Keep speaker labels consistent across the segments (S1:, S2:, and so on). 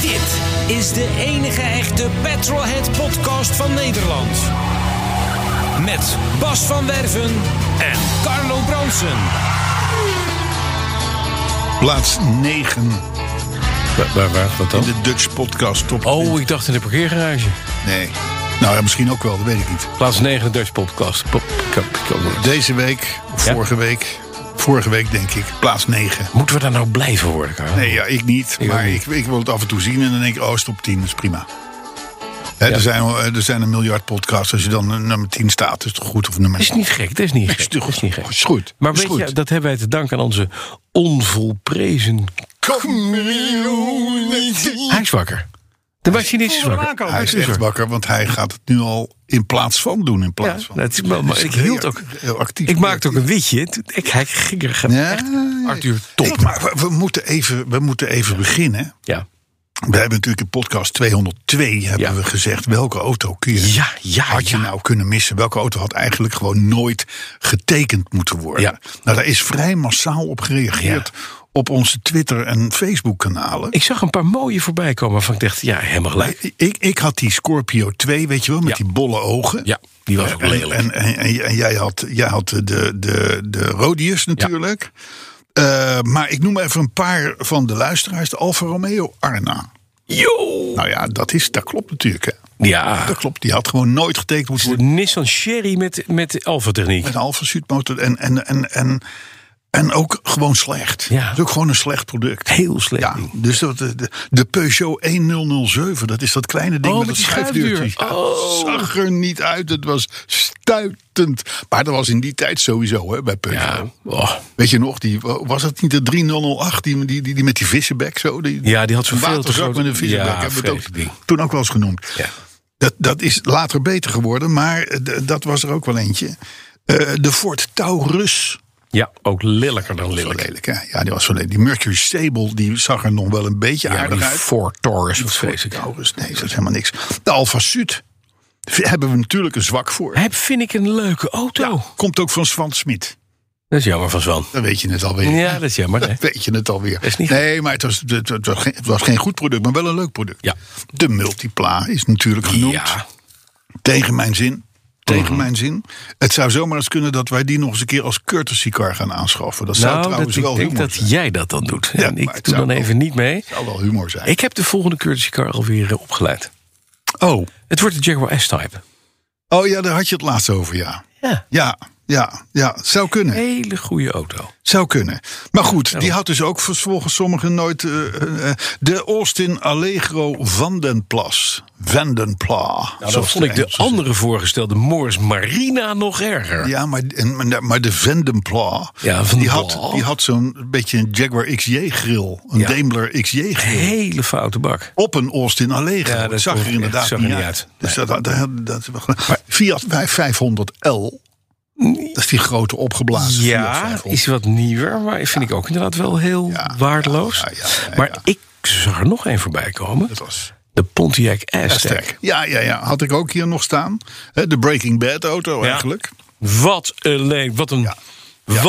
S1: Dit is de enige echte Petrolhead podcast van Nederland. Met Bas van Werven en Carlo Bronsen.
S2: Plaats 9
S3: Waar, waar, waar dat
S2: in
S3: dan?
S2: de Dutch Podcast Top.
S3: Oh, ik dacht in de parkeergarage.
S2: Nee. Nou ja, misschien ook wel, dat weet ik niet.
S3: Plaats 9 Dutch podcast. Pop- kap- kap-
S2: Deze week, of
S3: Ja?
S2: vorige week, vorige week denk ik, plaats 9.
S3: Moeten we daar nou blij van worden, Carlo?
S2: Nee, ja, ik niet.
S3: Ik ook
S2: maar
S3: niet.
S2: Ik, ik wil het af en toe zien en dan denk ik, oh, stop 10, is prima. Hè,
S3: Ja.
S2: er, zijn, wel- er zijn een miljard podcasts. Als je dan eh, nummer 10 staat, is toch goed of nummer
S3: Dat is niet gek, dat is niet gek.
S2: is toch
S3: dat is niet gek.
S2: is goed.
S3: Maar
S2: Is
S3: weet
S2: goed.
S3: je, dat hebben wij te danken aan onze onvolprezen Hij is wakker. De machinist is wakker.
S2: Hij is echt wakker, want hij gaat het nu al in plaats van doen. In plaats
S3: Ja,
S2: van.
S3: dat is wel- maar
S2: Dus
S3: ik
S2: heel
S3: hield ook-
S2: act- heel actief.
S3: Ik maakte ook een witje. Toen- Ik, hij ging er ge-
S2: Ja,
S3: echt
S2: ja, ja.
S3: Arthur
S2: Ik-
S3: top.
S2: maar we, we moeten even, we moeten even beginnen.
S3: Ja,
S2: We hebben natuurlijk in podcast 202 hebben
S3: Ja.
S2: we gezegd welke auto kun je,
S3: Ja, ja,
S2: had je
S3: ja.
S2: nou kunnen missen? Welke auto had eigenlijk gewoon nooit getekend moeten worden?
S3: Ja.
S2: Nou, daar is vrij massaal op gereageerd op onze Twitter- en Facebook-kanalen.
S3: ik zag een paar mooie voorbij komen waarvan ik dacht, ja, helemaal gelijk.
S2: Ik, ik, ik had die Scorpio 2, weet je wel, met
S3: Ja.
S2: die bolle ogen.
S3: Ja, die was ook
S2: En,
S3: lelijk.
S2: en, en, en- en jij had, jij had de, de, de Rodius natuurlijk. Eh, maar ik noem even een paar van de luisteraars. De Alfa Romeo Arna.
S3: Yo!
S2: Nou ja, dat, is, dat klopt natuurlijk. Hè.
S3: Ja,
S2: Dat klopt. Die had gewoon nooit getekend moeten
S3: de
S2: worden.
S3: Nissan Sherry met, met Alfa techniek.
S2: Met een Alfa Zuidmotor. En, en, en, en, en ook gewoon slecht.
S3: Ja.
S2: Het is ook gewoon een slecht product.
S3: Heel slecht
S2: Ja,
S3: ding.
S2: dus dat, de, de- de Peugeot 1007, dat is dat kleine ding
S3: Oh,
S2: met
S3: met
S2: dat
S3: die schuifdeur. Oh.
S2: schuifdeurtje. Ja, dat zag er niet uit, het was stuitend. Maar dat was in die tijd sowieso hè, bij Peugeot.
S3: Ja, oh.
S2: Weet je nog, die, was dat niet de 3008, die, die, die, die met die vissenbek zo? Die,
S3: Ja, die had zo'n
S2: een
S3: veel te
S2: waterzak
S3: grote-
S2: met een vissenbek,
S3: Ja,
S2: hebben we het ook,
S3: vreselijk ding.
S2: toen ook wel eens genoemd.
S3: Ja.
S2: Dat, dat is later beter geworden, maar eh, d- dat was er ook wel eentje. Eh, de Ford Taurus.
S3: ja, ook lelijker dan
S2: Zo
S3: lelijk.
S2: lelijk, hè? Ja, die was zo lelijk. Die Mercury Stable, die zag er nog wel een beetje
S3: Ja,
S2: aardig
S3: die
S2: uit.
S3: Ford Taurus
S2: Die
S3: was
S2: Ford
S3: vreselijk.
S2: Taurus, nee, dat is helemaal niks. De Alfa Sud, daar hebben we natuurlijk een zwak voor.
S3: Heb, vind ik een leuke auto.
S2: Komt ook van Swan Smit.
S3: Dat is jammer van Zwan.
S2: Dan weet je het alweer.
S3: Ja, dat is jammer. Hè?
S2: Dat weet je het alweer.
S3: is niet
S2: nee, maar het was, het, het was geen, het was geen goed product, maar wel een leuk product.
S3: Ja.
S2: De Multipla is natuurlijk genoemd.
S3: Ja,
S2: Tegen mijn zin. Tegen
S3: Mhm.
S2: mijn zin. Het zou zomaar eens kunnen dat wij die nog eens een keer als courtesy car gaan aanschaffen. Dat zou
S3: nou, dat,
S2: trouwens
S3: ik
S2: wel
S3: denk
S2: humor
S3: dat
S2: zijn.
S3: jij dat dan doet.
S2: Ja,
S3: en
S2: maar
S3: ik
S2: het
S3: doe
S2: zou
S3: dan
S2: wel-
S3: even niet mee.
S2: zou wel humor zijn.
S3: Ik heb de volgende courtesy car alweer eh, opgeleid.
S2: oh.
S3: Het wordt de Jaguar S-Type.
S2: oh ja, daar had je het laatst over, ja.
S3: Ja.
S2: Ja, ja, ja. Nou, Zou kunnen.
S3: Hele goede auto.
S2: Zou kunnen. Maar
S3: Nou.
S2: goed, die had dus ook volgens sommigen nooit... eh, eh, eh, de Austin Allegro van den Plas. Van den Pla.
S3: Nou, dan vond ik de andere voorgestelde Morris Marina nog erger.
S2: Ja, maar, en- maar de- maar de Vandenplaat,
S3: Ja, Van
S2: die,
S3: den
S2: had,
S3: Pla.
S2: die had zo'n beetje een Jaguar XJ-grill. Een
S3: Ja.
S2: Daimler XJ-grill.
S3: Hele foute bak.
S2: Op een Austin Allegro.
S3: Ja, dat
S2: dat zag
S3: kon-
S2: er inderdaad
S3: zag er
S2: niet
S3: niet
S2: uit.
S3: uit.
S2: Dus dat, dat, dat, Fiat 500L. Dat is die grote opgeblazen Fiat
S3: Ja,
S2: 500.
S3: is wat nieuwer, maar vind ik ook inderdaad wel heel
S2: Ja,
S3: waardeloos.
S2: ja, ja, ja, ja.
S3: Maar ik zag er nog één voorbij komen.
S2: Dat was
S3: De Pontiac Aztec.
S2: sterk. Ja, ja, ja. Had ik ook hier nog staan. Hè, De Breaking Bad auto
S3: Ja.
S2: eigenlijk.
S3: Wat een, le- wat een
S2: Ja. Ja.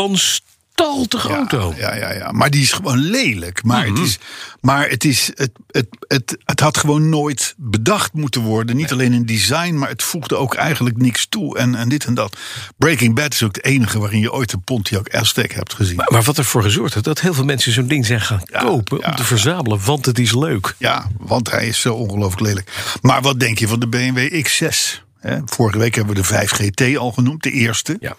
S3: wanstaltige
S2: Ja,
S3: auto. Mhm.
S2: Ja, ja, ja. Maar die is gewoon lelijk. Maar het is, maar het, is het, het, het, het had gewoon nooit bedacht moeten worden. Niet alleen in design, maar het voegde ook eigenlijk niks toe. En, en dit en dat. Breaking Bad is ook het enige waarin je ooit een Pontiac Aztec hebt gezien.
S3: Maar wat ervoor gezorgd heeft dat heel veel mensen zo'n ding zijn gaan kopen
S2: ja,
S3: om te verzamelen, want het is leuk.
S2: Ja, want hij is zo ongelooflijk lelijk. Maar wat denk je van de BMW X6? Hè, Vorige week hebben we de 5GT al genoemd, de eerste.
S3: Ja.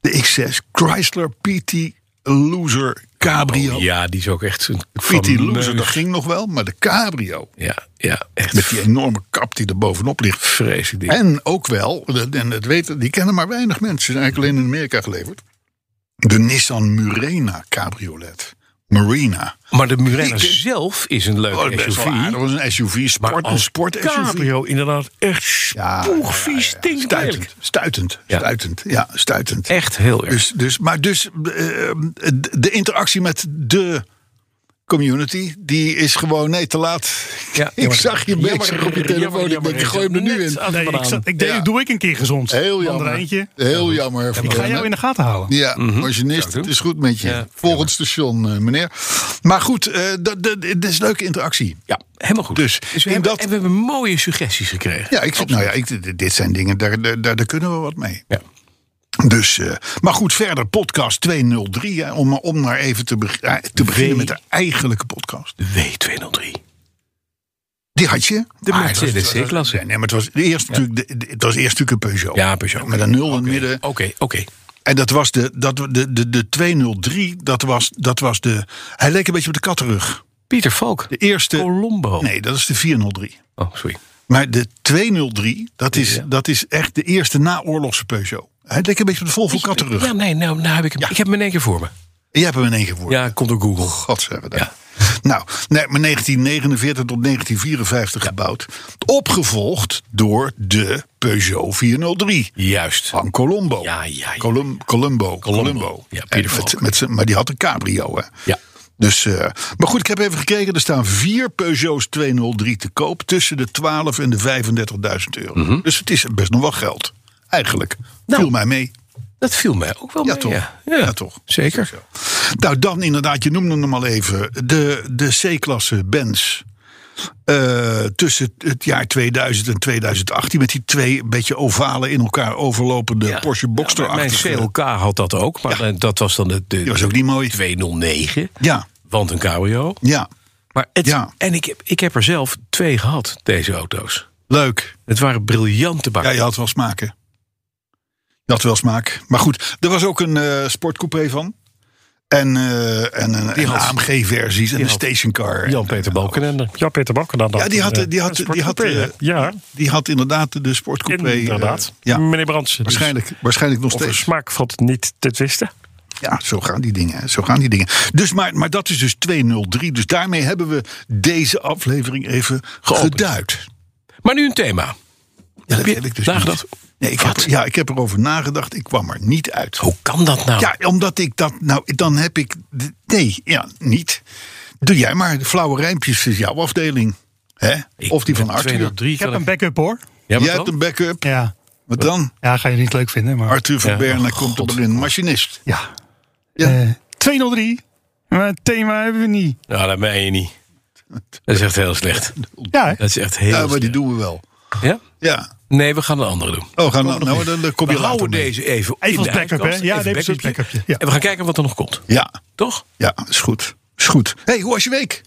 S2: De X6 Chrysler PT Loser cabrio.
S3: Oh, Ja, die is ook echt een
S2: Fitty
S3: fameus-
S2: Loser, dat ging nog wel, maar de cabrio.
S3: Ja, ja, echt
S2: Met die enorme kap die er bovenop ligt.
S3: vreselijk ding.
S2: En ook wel, en het weten, die kennen maar weinig mensen, zijn eigenlijk alleen in Amerika geleverd. De Nissan Murena cabriolet. Marina.
S3: Maar de Murena
S2: Ik-
S3: zelf is een leuke
S2: Oh, best
S3: SUV.
S2: wel aardig. Dat was een SUV,
S3: Maar
S2: sport, een
S3: als
S2: sport SUV.
S3: cabrio inderdaad echt
S2: Ja,
S3: spoegvies ja,
S2: Stuitend, stuitend,
S3: Ja.
S2: stuitend. Ja, stuitend.
S3: Echt heel erg.
S2: Dus, dus, maar dus eh, de- de interactie met de community, die is gewoon nee, te laat. ik zag je
S3: jammer,
S2: bezig op je telefoon. ik denk,
S3: jammer, jammer,
S2: ik gooi hem er nu
S3: net
S2: in.
S3: aan de
S4: Nee, ik
S3: banaan.
S4: zat, ik deed,
S2: Ja.
S4: doe ik een keer gezond.
S2: Heel jammer.
S4: Mandarijntje.
S2: Heel jammer.
S4: Ik ga jou in de gaten houden.
S2: Ja, machinist,
S3: Zou ik doen.
S2: het is goed met je.
S3: Ja.
S2: Volgend station, eh, meneer. Maar goed, eh, dat dat- dit is leuke interactie.
S3: Ja, helemaal goed.
S2: Dus
S3: we,
S2: in
S3: hebben,
S2: dat-
S3: en we hebben mooie suggesties gekregen.
S2: Ja, ik vind, nou ja, ik, dit zijn dingen, daar, daar, daar daar kunnen we wat mee.
S3: Ja.
S2: Dus, eh, maar goed, verder podcast 203. hè, om, om maar even te, beg- eh, te beginnen met de eigenlijke podcast.
S3: De W203.
S2: Die had je.
S3: De
S2: Maar
S3: Mercedes
S2: het was-
S3: C-klasse.
S2: Nee, maar het was eerst natuurlijk, de- de- het was eerst natuurlijk een Peugeot.
S3: Ja, Peugeot.
S2: Met een nul in het midden.
S3: Oké, oké.
S2: En dat was de, dat, de, de, de 203, dat was, dat was de... Hij leek een beetje op de kattenrug.
S3: Pieter Valk.
S2: De eerste...
S3: Colombo.
S2: Nee, dat is de 403.
S3: Oh, sorry.
S2: Maar de 203, dat is, dat is echt de eerste naoorlogse Peugeot. Hij leek een beetje op de Volvo kattenrug.
S3: Ja, nee, nou, nou heb ik, hem- ik heb hem in één keer voor me.
S2: Jij hebt hem in één keer Oh, woord.
S3: Ja, komt door Google.
S2: Godzijdank. Nou, nee, maar 1949 tot 1954 gebouwd. Opgevolgd door de Peugeot 403
S3: Juist.
S2: van Colombo.
S3: Ja, ja, ja.
S2: Colum- Columbo. Columbo.
S3: Ja, Pieter
S2: En
S3: Valk.
S2: met, met z'n- Maar die had een cabrio, hè?
S3: Ja.
S2: Dus, eh, maar goed, ik heb even gekeken. Er staan vier Peugeots 203 te koop. Tussen de 12 en de 35.000 euro.
S3: Mhm.
S2: Dus het is best nog wel geld. Eigenlijk.
S3: Nou.
S2: Viel mij mee.
S3: Dat viel mij ook wel
S2: Ja,
S3: mee.
S2: toch?
S3: Ja.
S2: Ja, toch?
S3: Zeker.
S2: Nou, dan inderdaad, je noemde hem al even. De, de C-klasse Benz. Eh, tussen het jaar 2000 en 2018. Met die twee een beetje ovale in elkaar overlopende
S3: Ja.
S2: Porsche Boxster
S3: Ja, mijn CLK had dat ook, maar eh, dat was dan de, de
S2: Die was ook niet mooi.
S3: 209.
S2: Ja,
S3: Want een cabrio.
S2: ja.
S3: Maar het,
S2: Ja.
S3: En ik heb, ik heb er zelf twee gehad, deze auto's.
S2: Leuk.
S3: Het waren briljante
S2: Ja,
S3: bakken.
S2: je had wel smaken. Je had wel smaak. Maar goed, er was ook een eh, sportcoupé van. En, eh, en een,
S3: had-
S2: AMG-versies en een
S3: had-
S2: stationcar.
S3: Jan-Peter Balkenende.
S4: Ja, Peter Bakker dan.
S2: Ja, die had- die had- die had, eh,
S4: ja,
S2: Die had inderdaad de sportcoupé. eh,
S4: inderdaad.
S2: ja,
S4: Meneer Brandsen. dus
S2: waarschijnlijk, waarschijnlijk nog
S4: Over de
S2: steeds.
S4: smaak valt niet te twisten.
S2: Ja, zo gaan die dingen. hè. Zo gaan die dingen. Dus, maar, maar dat is dus 203. Dus daarmee hebben we deze aflevering even
S3: Geopend.
S2: geduid.
S3: Maar nu een thema.
S2: Ja, dat
S3: je
S2: heb ik dus
S3: nagedacht?
S2: niet. Nee, ik heb,
S3: Wat?
S2: er- ja, ik heb erover nagedacht. Ik kwam er niet uit.
S3: Hoe kan dat nou?
S2: Ja, omdat ik dat... Nou, dan heb ik... d- Nee, ja, niet. Doe jij maar. De flauwe rijmpjes is jouw afdeling. hè?
S3: Ik
S2: Of die van
S3: met
S2: Arthur.
S3: 203
S4: Ik heb
S3: kan
S4: een backup hoor.
S3: Ja,
S2: Jij
S3: wat dan?
S2: hebt een backup.
S4: Ja,
S2: Wat dan?
S4: ja ga je niet leuk vinden. Maar
S2: Arthur van
S3: Ja.
S2: Berne
S3: Oh,
S2: komt
S3: God.
S2: er in. Machinist.
S4: ja.
S2: Ja.
S4: Eh, 203. Maar Eh, het thema hebben we niet.
S3: Nou, dat meen je niet. Dat is echt heel slecht.
S4: Ja, hè?
S3: Dat is echt heel
S2: ja, maar die
S3: slecht.
S2: doen we wel.
S3: Ja?
S2: Ja.
S3: Nee, we gaan een andere doen.
S2: Oh, gaan we, nou, dan dan kom
S3: We
S2: je later
S3: houden
S2: mee.
S3: deze even in
S4: Even als
S3: de
S4: backup, hè?
S3: ijskast.
S4: Ja,
S3: Even
S4: nee, precies,
S3: backupje.
S4: backupje, ja.
S3: En we gaan kijken wat er nog komt.
S2: Ja.
S3: Toch?
S2: Ja, is goed. Is goed. hey, hoe was je week?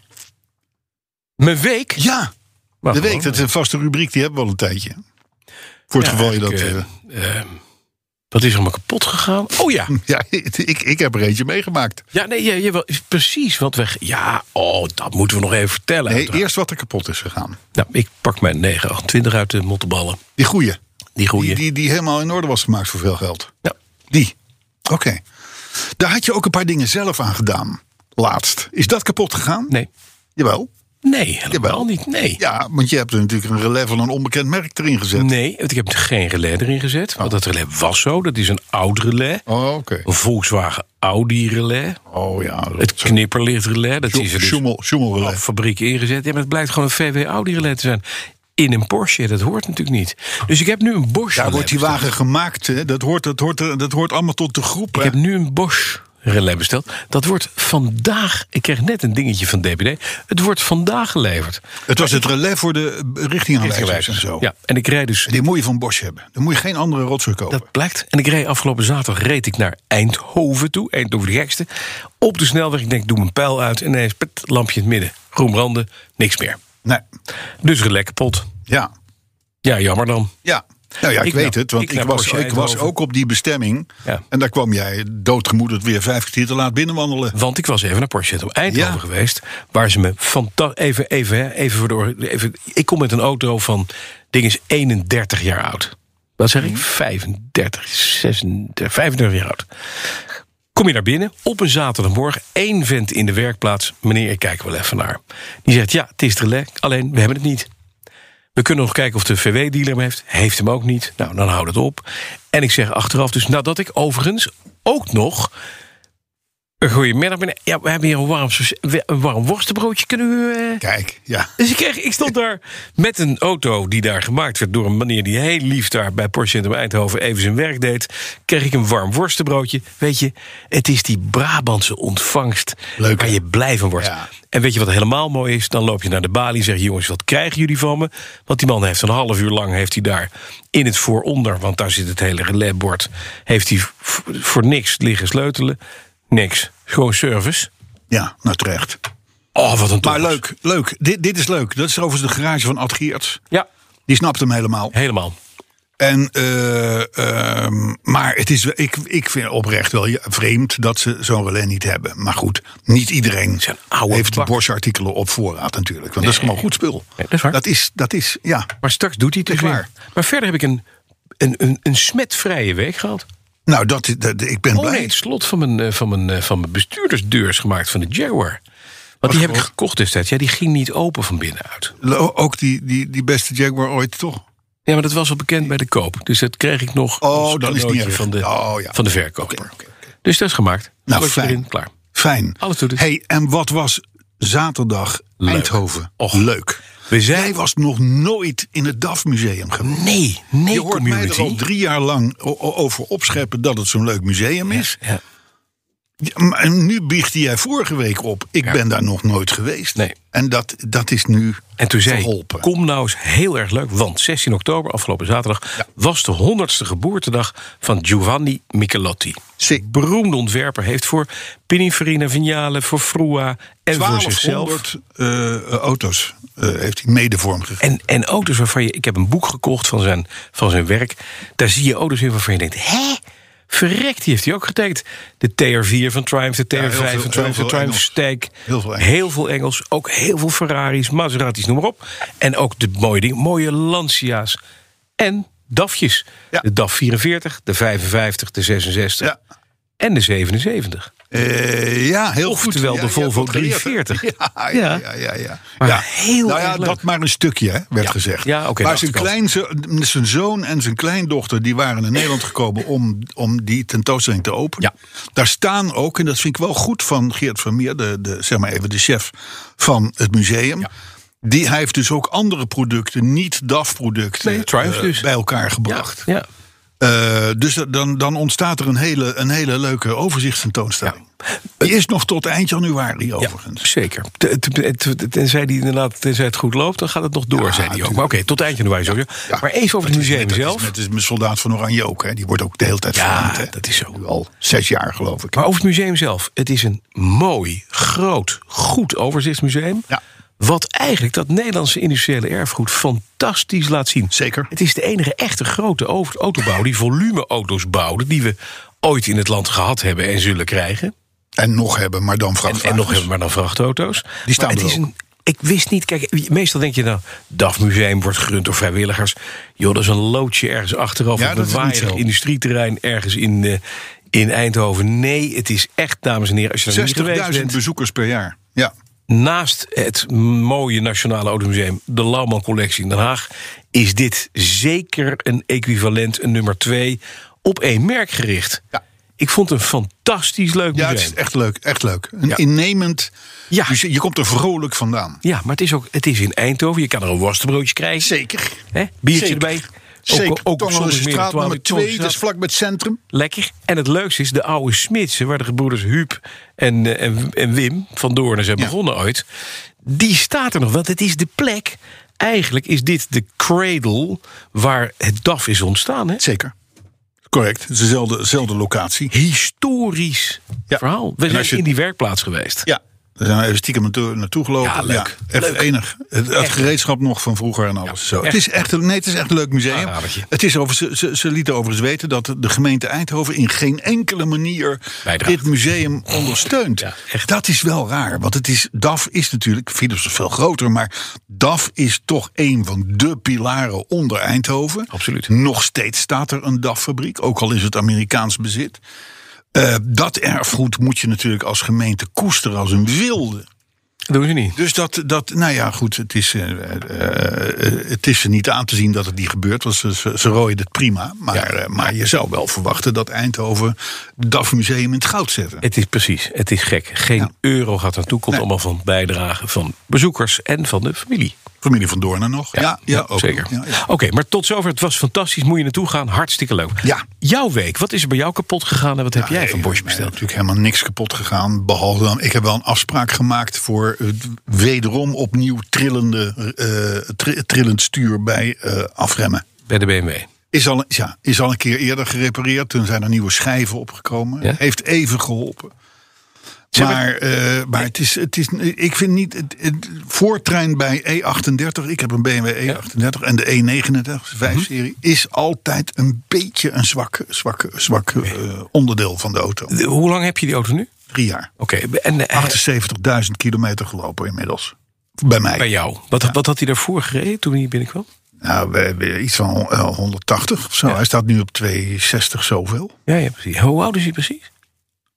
S3: Mijn week.
S2: Ja,
S3: Maar
S2: de
S3: gewoon,
S2: week. Dat is een vaste rubriek, die hebben we al een tijdje. Voor het
S3: Ja,
S2: geval je dat...
S3: ik, eh,
S2: eh, Hm.
S3: ehm, wat is er allemaal kapot gegaan? Oh ja.
S2: ja, ik, ik heb er eentje meegemaakt.
S3: Ja, nee, je, je wel, precies wat weg. Ja, oh, dat moeten we nog even vertellen.
S2: Nee,
S3: uiteraard.
S2: eerst wat er kapot is gegaan.
S3: Nou, ik pak mijn 928 uit de motteballen.
S2: Die goeie.
S3: Die
S2: Die,
S3: groeien. Nou,
S2: die, die helemaal in orde was gemaakt voor veel geld.
S3: Ja.
S2: Die. Oké. Daar had je ook een paar dingen zelf aan gedaan. Laatst. Is dat kapot gegaan?
S3: Nee.
S2: Jawel.
S3: Nee, helemaal
S2: Jawel.
S3: niet. Nee.
S2: Ja, want je hebt er natuurlijk een relais van een onbekend merk erin gezet.
S3: Nee, want ik heb er geen relais erin gezet. Want dat relais was zo. Dat is een oud relais.
S2: Oh, oké.
S3: Een Volkswagen Audi relais.
S2: Oh ja.
S3: Het knipperlicht relais. Dat is er dus
S2: Schummel, schummel
S3: op
S2: relais.
S3: fabriek ingezet. Ja, maar het blijkt gewoon een VW Audi relais te zijn. In een Porsche, dat hoort natuurlijk niet. Dus ik heb nu een Bosch
S2: Daar
S3: relais
S2: wordt die
S3: besteld.
S2: wagen gemaakt. Hè? Dat, hoort, dat, hoort, dat hoort allemaal tot de groep.
S3: Ik
S2: hè?
S3: heb nu een Bosch relais besteld. Dat wordt vandaag... Ik kreeg net een dingetje van DPD. Het wordt vandaag geleverd.
S2: Het was het relais voor de richtingaanwijzers en zo.
S3: Ja, en ik rijd dus...
S2: Die moet je van Bosch hebben. Dan moet je geen andere rotzooi kopen.
S3: Dat blijkt. En ik reed afgelopen zaterdag reed ik naar Eindhoven toe. Eindhoven de gekste. Op de snelweg. Ik denk, doe mijn pijl uit. En ineens, pet, lampje in het midden. Groen branden. Niks meer.
S2: Nee.
S3: Dus relais kapot.
S2: Ja.
S3: Ja, jammer dan.
S2: Ja. Nou ja, ik,
S3: Ik
S2: weet
S3: nou.
S2: het, want
S3: Ik
S2: ik,
S3: naar
S2: was,
S3: Porsche
S2: ik was
S3: Eindhoven.
S2: ook op die bestemming.
S3: Ja.
S2: En daar kwam jij doodgemoederd weer vijf kwartier te laat binnenwandelen.
S3: Want ik was even naar Porsche op Eindhoven
S2: Ja.
S3: geweest. Waar ze me fantastisch. Even, even, hè, even voor de. or- Even, ik kom met een auto van. Ding is 31 jaar oud. Wat zeg ik? 35, 36, 35 jaar oud. Kom je naar binnen, op een zaterdagmorgen, één vent in de werkplaats. Meneer, ik kijk wel even naar. Die zegt, ja, het is er lek, alleen we hebben het niet. We kunnen nog kijken of de VW-dealer hem heeft. Heeft hem ook niet. Nou, dan houdt het op. En ik zeg achteraf dus, nadat ik overigens ook nog... Een goeiemiddag, meneer. Ja, we hebben hier een warm, soce- een warm worstenbroodje. Kunnen we... eh,
S2: Kijk, ja.
S3: dus ik, kreeg, ik stond daar met een auto die daar gemaakt werd door een meneer die heel lief daar bij Porsche Centrum Eindhoven even zijn werk deed. Kreeg ik een warm worstenbroodje. Weet je, het is die Brabantse ontvangst
S2: Leuk,
S3: waar
S2: hè?
S3: je blij van wordt.
S2: Ja.
S3: En weet je wat helemaal mooi is? Dan loop je naar de balie en zeg je, jongens, wat krijgen jullie van me? Want die man heeft een half uur lang heeft hij daar in het vooronder, want daar zit het hele relaisbord, heeft hij v- voor niks liggen sleutelen. Niks. Gewoon service.
S2: Ja, nou terecht.
S3: Oh, wat een
S2: Maar
S3: toppers.
S2: leuk, leuk. Dit, dit is leuk. Dat is overigens de garage van Ad Geerts.
S3: Ja,
S2: Die snapt hem helemaal.
S3: helemaal.
S2: En, eh, ehm, maar het is, wel- ik, ik vind oprecht wel ja, vreemd dat ze zo'n relais niet hebben. Maar goed, niet iedereen
S3: zijn oude
S2: heeft die
S3: bak.
S2: Bosch-artikelen op voorraad natuurlijk. Want dat is gewoon goed spul.
S3: Nee, dat is waar.
S2: Dat is, dat is ja.
S3: Maar straks doet hij het dus
S2: Is waar.
S3: weer. Maar verder heb ik een, een, een, een smetvrije week gehad.
S2: Nou, dat, is- dat- ik ben
S3: Oh
S2: blij.
S3: nee, het slot van mijn, eh, van mijn, eh, van mijn bestuurdersdeur is gemaakt van de Jaguar. Want die heb ik gekocht destijds. Ja, die ging niet open van binnenuit.
S2: Lo- Ook die, die, die beste Jaguar ooit, toch?
S3: Ja, maar dat was al bekend bij de koop. Dus dat kreeg ik nog
S2: Oh,
S3: als
S2: dan is het niet
S3: cadeautje
S2: erg.
S3: van de,
S2: Oh, ja.
S3: van de verkoper.
S2: Oké, oké,
S3: Dus dat is gemaakt.
S2: Nou,
S3: Slotje
S2: fijn.
S3: erin, klaar.
S2: Fijn.
S3: Alles doet het.
S2: Hey, en wat was zaterdag
S3: Leuk.
S2: Eindhoven?
S3: Och.
S2: Leuk.
S3: We zijn-
S2: Jij was nog nooit in het DAF museum geweest.
S3: Nee, nee,
S2: Je hoort mij er al
S3: community.
S2: drie jaar lang o- o- over opscheppen dat het zo'n leuk museum is.
S3: Ja,
S2: Ja, maar nu biechtte jij vorige week op. Ik ben daar nog nooit geweest.
S3: Nee.
S2: En dat, dat is nu
S3: En toen zei ik,
S2: verholpen.
S3: kom nou eens heel erg leuk. Want 16 oktober, afgelopen zaterdag... was de 100ste geboortedag van Giovanni Michelotti.
S2: Sick.
S3: Beroemde ontwerper heeft voor Pininfarina Vignale... voor Frua en voor zichzelf...
S2: 1200 eh, auto's eh, heeft hij mede vormgegeven.
S3: En, en auto's waarvan je... Ik heb een boek gekocht van zijn, van zijn werk. Daar zie je auto's in waarvan je denkt... Hè? Verrekt, die heeft hij ook getekend. De TR4 van Triumph, de TR5
S2: heel veel- heel
S3: van Triumph, de
S2: veel
S3: Triumph
S2: Engels.
S3: Stijk.
S2: Heel veel Engels.
S3: Heel veel Engels, ook heel veel Ferraris, Maseratis, noem maar op. En ook de mooie dingen, mooie Lancia's en DAFjes.
S2: Ja.
S3: De DAF 44, de 55, de 66
S2: Ja.
S3: en de 77.
S2: Eh, ja, heel goed.
S3: Oftewel
S2: Ja,
S3: de
S2: je hebt
S3: Volvo
S2: wat geleerd, hè?
S3: 340.
S2: Ja,
S3: Ja.
S2: ja, ja. ja, ja.
S3: Maar
S2: Ja.
S3: heel
S2: nou
S3: erg
S2: ja,
S3: leuk.
S2: dat maar een stukje, hè, werd gezegd.
S3: Ja, oké,
S2: maar
S3: de
S2: zijn,
S3: achterkant.
S2: kleinzo- zijn zoon en zijn kleindochter die waren naar Nederland gekomen om, om die tentoonstelling te openen.
S3: Ja.
S2: Daar staan ook, en dat vind ik wel goed van Geert Vermeer, de, de, zeg maar even de chef van het museum. Die, hij heeft dus ook andere producten, niet DAF-producten,
S3: Nee, Triumph
S2: eh,
S3: dus.
S2: bij elkaar
S3: Ja,
S2: gebracht.
S3: ja.
S2: Eh, dus da- dan, dan ontstaat er een hele, een hele leuke overzichtstentoonstelling. Die is nog tot eind januari overigens.
S3: Ja, zeker. Te- te- te- Tenzij, die inderdaad, tenzij het goed loopt, dan gaat het nog door, zei hij ook. Maar oké, tot eind januari sowieso.
S2: Ja.
S3: Maar even over het
S2: Dat is
S3: museum
S2: net- dat
S3: zelf.
S2: is Net is mijn soldaat van Oranje ook. Hè. Die wordt ook de hele tijd
S3: Ja,
S2: verlengd, hè.
S3: dat is zo. Oh.
S2: Nu al zes jaar geloof ik.
S3: Maar over het museum zelf. Het is een mooi, groot, goed overzichtsmuseum.
S2: Ja.
S3: Wat eigenlijk dat Nederlandse industriële erfgoed fantastisch laat zien.
S2: Zeker.
S3: Het is de enige echte grote over- autobouw die volumeauto's bouwde... die we ooit in het land gehad hebben en zullen krijgen.
S2: En nog hebben, maar dan
S3: En,
S2: vrachtwagens.
S3: en nog hebben we maar dan vrachtauto's.
S2: Die staan
S3: maar
S2: er
S3: het is
S2: ook.
S3: een. Ik wist niet, kijk, meestal denk je dan... DAF-museum wordt gerund door vrijwilligers. Joh, dat is een loodje ergens achteraf
S2: Ja,
S3: op
S2: dat
S3: een
S2: is niet
S3: waaierig
S2: zo.
S3: industrieterrein... ergens in, eh, in Eindhoven. Nee, het is echt, dames en heren, als je er niet geweest
S2: 60.000
S3: bent...
S2: bezoekers per jaar. Ja.
S3: naast het mooie Nationale Automuseum... de Lauwman Collectie in Den Haag... is dit zeker een equivalent, een nummer twee... op één merk gericht.
S2: Ja.
S3: Ik vond het een fantastisch leuk
S2: ja,
S3: museum.
S2: het is echt leuk. Echt leuk. Een innemend...
S3: Ja.
S2: Dus je, je komt er vrolijk vandaan.
S3: Ja, maar het is ook het is in Eindhoven. Je kan er een worstenbroodje krijgen.
S2: Zeker.
S3: Hè? Biertje
S2: Zeker.
S3: erbij.
S2: Zeker.
S3: Ook, ook op
S2: Tongelense straat
S3: zondagmiddag 12
S2: nummer
S3: uur, Tongelense
S2: 2. Dat is
S3: straat.
S2: vlak bij het centrum.
S3: Lekker. En het leukste is de oude smidsen... waar de gebroeders Huub en, eh, en, en Wim van Doornen zijn
S2: Ja.
S3: begonnen ooit... die staat er nog. Want het is de plek... Eigenlijk is dit de cradle waar het DAF is ontstaan. Hè?
S2: Zeker. Correct. Het is dezelfde, dezelfde locatie.
S3: Historisch
S2: Ja.
S3: verhaal. We
S2: En
S3: zijn
S2: als je-
S3: in die werkplaats geweest.
S2: Ja. Daar zijn we even stiekem naartoe, naartoe gelopen.
S3: Ja, leuk.
S2: echt
S3: Leuk.
S2: enig. Het, het
S3: Echt.
S2: gereedschap nog van vroeger en alles. zo.
S3: echt.
S2: Het, is echt, een- nee, het is echt een leuk museum.
S3: Aanradertje.
S2: Het is over, ze, ze, ze lieten overigens weten dat de gemeente Eindhoven... in geen enkele manier
S3: Bijdraagt.
S2: dit museum ondersteunt.
S3: Ja, echt.
S2: Dat is wel raar. Want het is, DAF is natuurlijk... Philips is veel groter, maar DAF is toch een van de pilaren onder Eindhoven.
S3: Absoluut.
S2: Nog steeds staat er een DAF-fabriek. Ook al is het Amerikaans bezit. Eh, dat erfgoed moet je natuurlijk als gemeente koesteren als een wilde.
S3: Dat doen ze niet.
S2: Dus dat, dat nou ja, goed, het is, eh, eh, eh, het is er niet aan te zien dat het niet gebeurt. Want ze, ze, ze rooien het prima. Maar, eh, maar je zou wel verwachten dat Eindhoven het DAF-museum in het goud zetten.
S3: Het is precies, het is gek. Geen
S2: Ja.
S3: euro gaat naartoe, komt
S2: Nee.
S3: allemaal van bijdragen van bezoekers en van de familie.
S2: Familie van Doornen nog. Ja, ja, ook.
S3: zeker.
S2: Ja, ja.
S3: Oké, maar tot zover. Het was fantastisch. Moet je naartoe gaan. Hartstikke leuk.
S2: Ja.
S3: Jouw week. Wat is er bij jou kapot gegaan en wat heb jij
S2: Nee,
S3: van Bosch
S2: mij
S3: besteld?
S2: natuurlijk helemaal niks kapot gegaan. Behalve dan, ik heb wel een afspraak gemaakt voor het wederom opnieuw trillende, eh, tri- trillend stuur bij eh, afremmen.
S3: Bij de BMW.
S2: Is al, ja, is al een keer eerder gerepareerd. Toen zijn er nieuwe schijven opgekomen.
S3: Ja?
S2: Heeft even geholpen.
S3: Ze hebben-
S2: Maar, eh, maar het is, het is, ik vind niet. Het, het voortrein bij E38, ik heb een BMW E38 en de E39, 5-serie,
S3: Mhm.
S2: is altijd een beetje een zwak, zwak, zwak eh, onderdeel van de auto.
S3: De- hoe lang heb je die auto nu?
S2: Drie jaar.
S3: Oké, en eh,
S2: 78.000 kilometer gelopen inmiddels. Bij mij.
S3: bij jou. Wat, wat had hij daarvoor gereden toen hij binnenkwam?
S2: Nou, we- we- iets van eh, 180 of zo. Hij staat nu op 260 zoveel.
S3: Ja, ja, precies. Hoe oud is hij precies?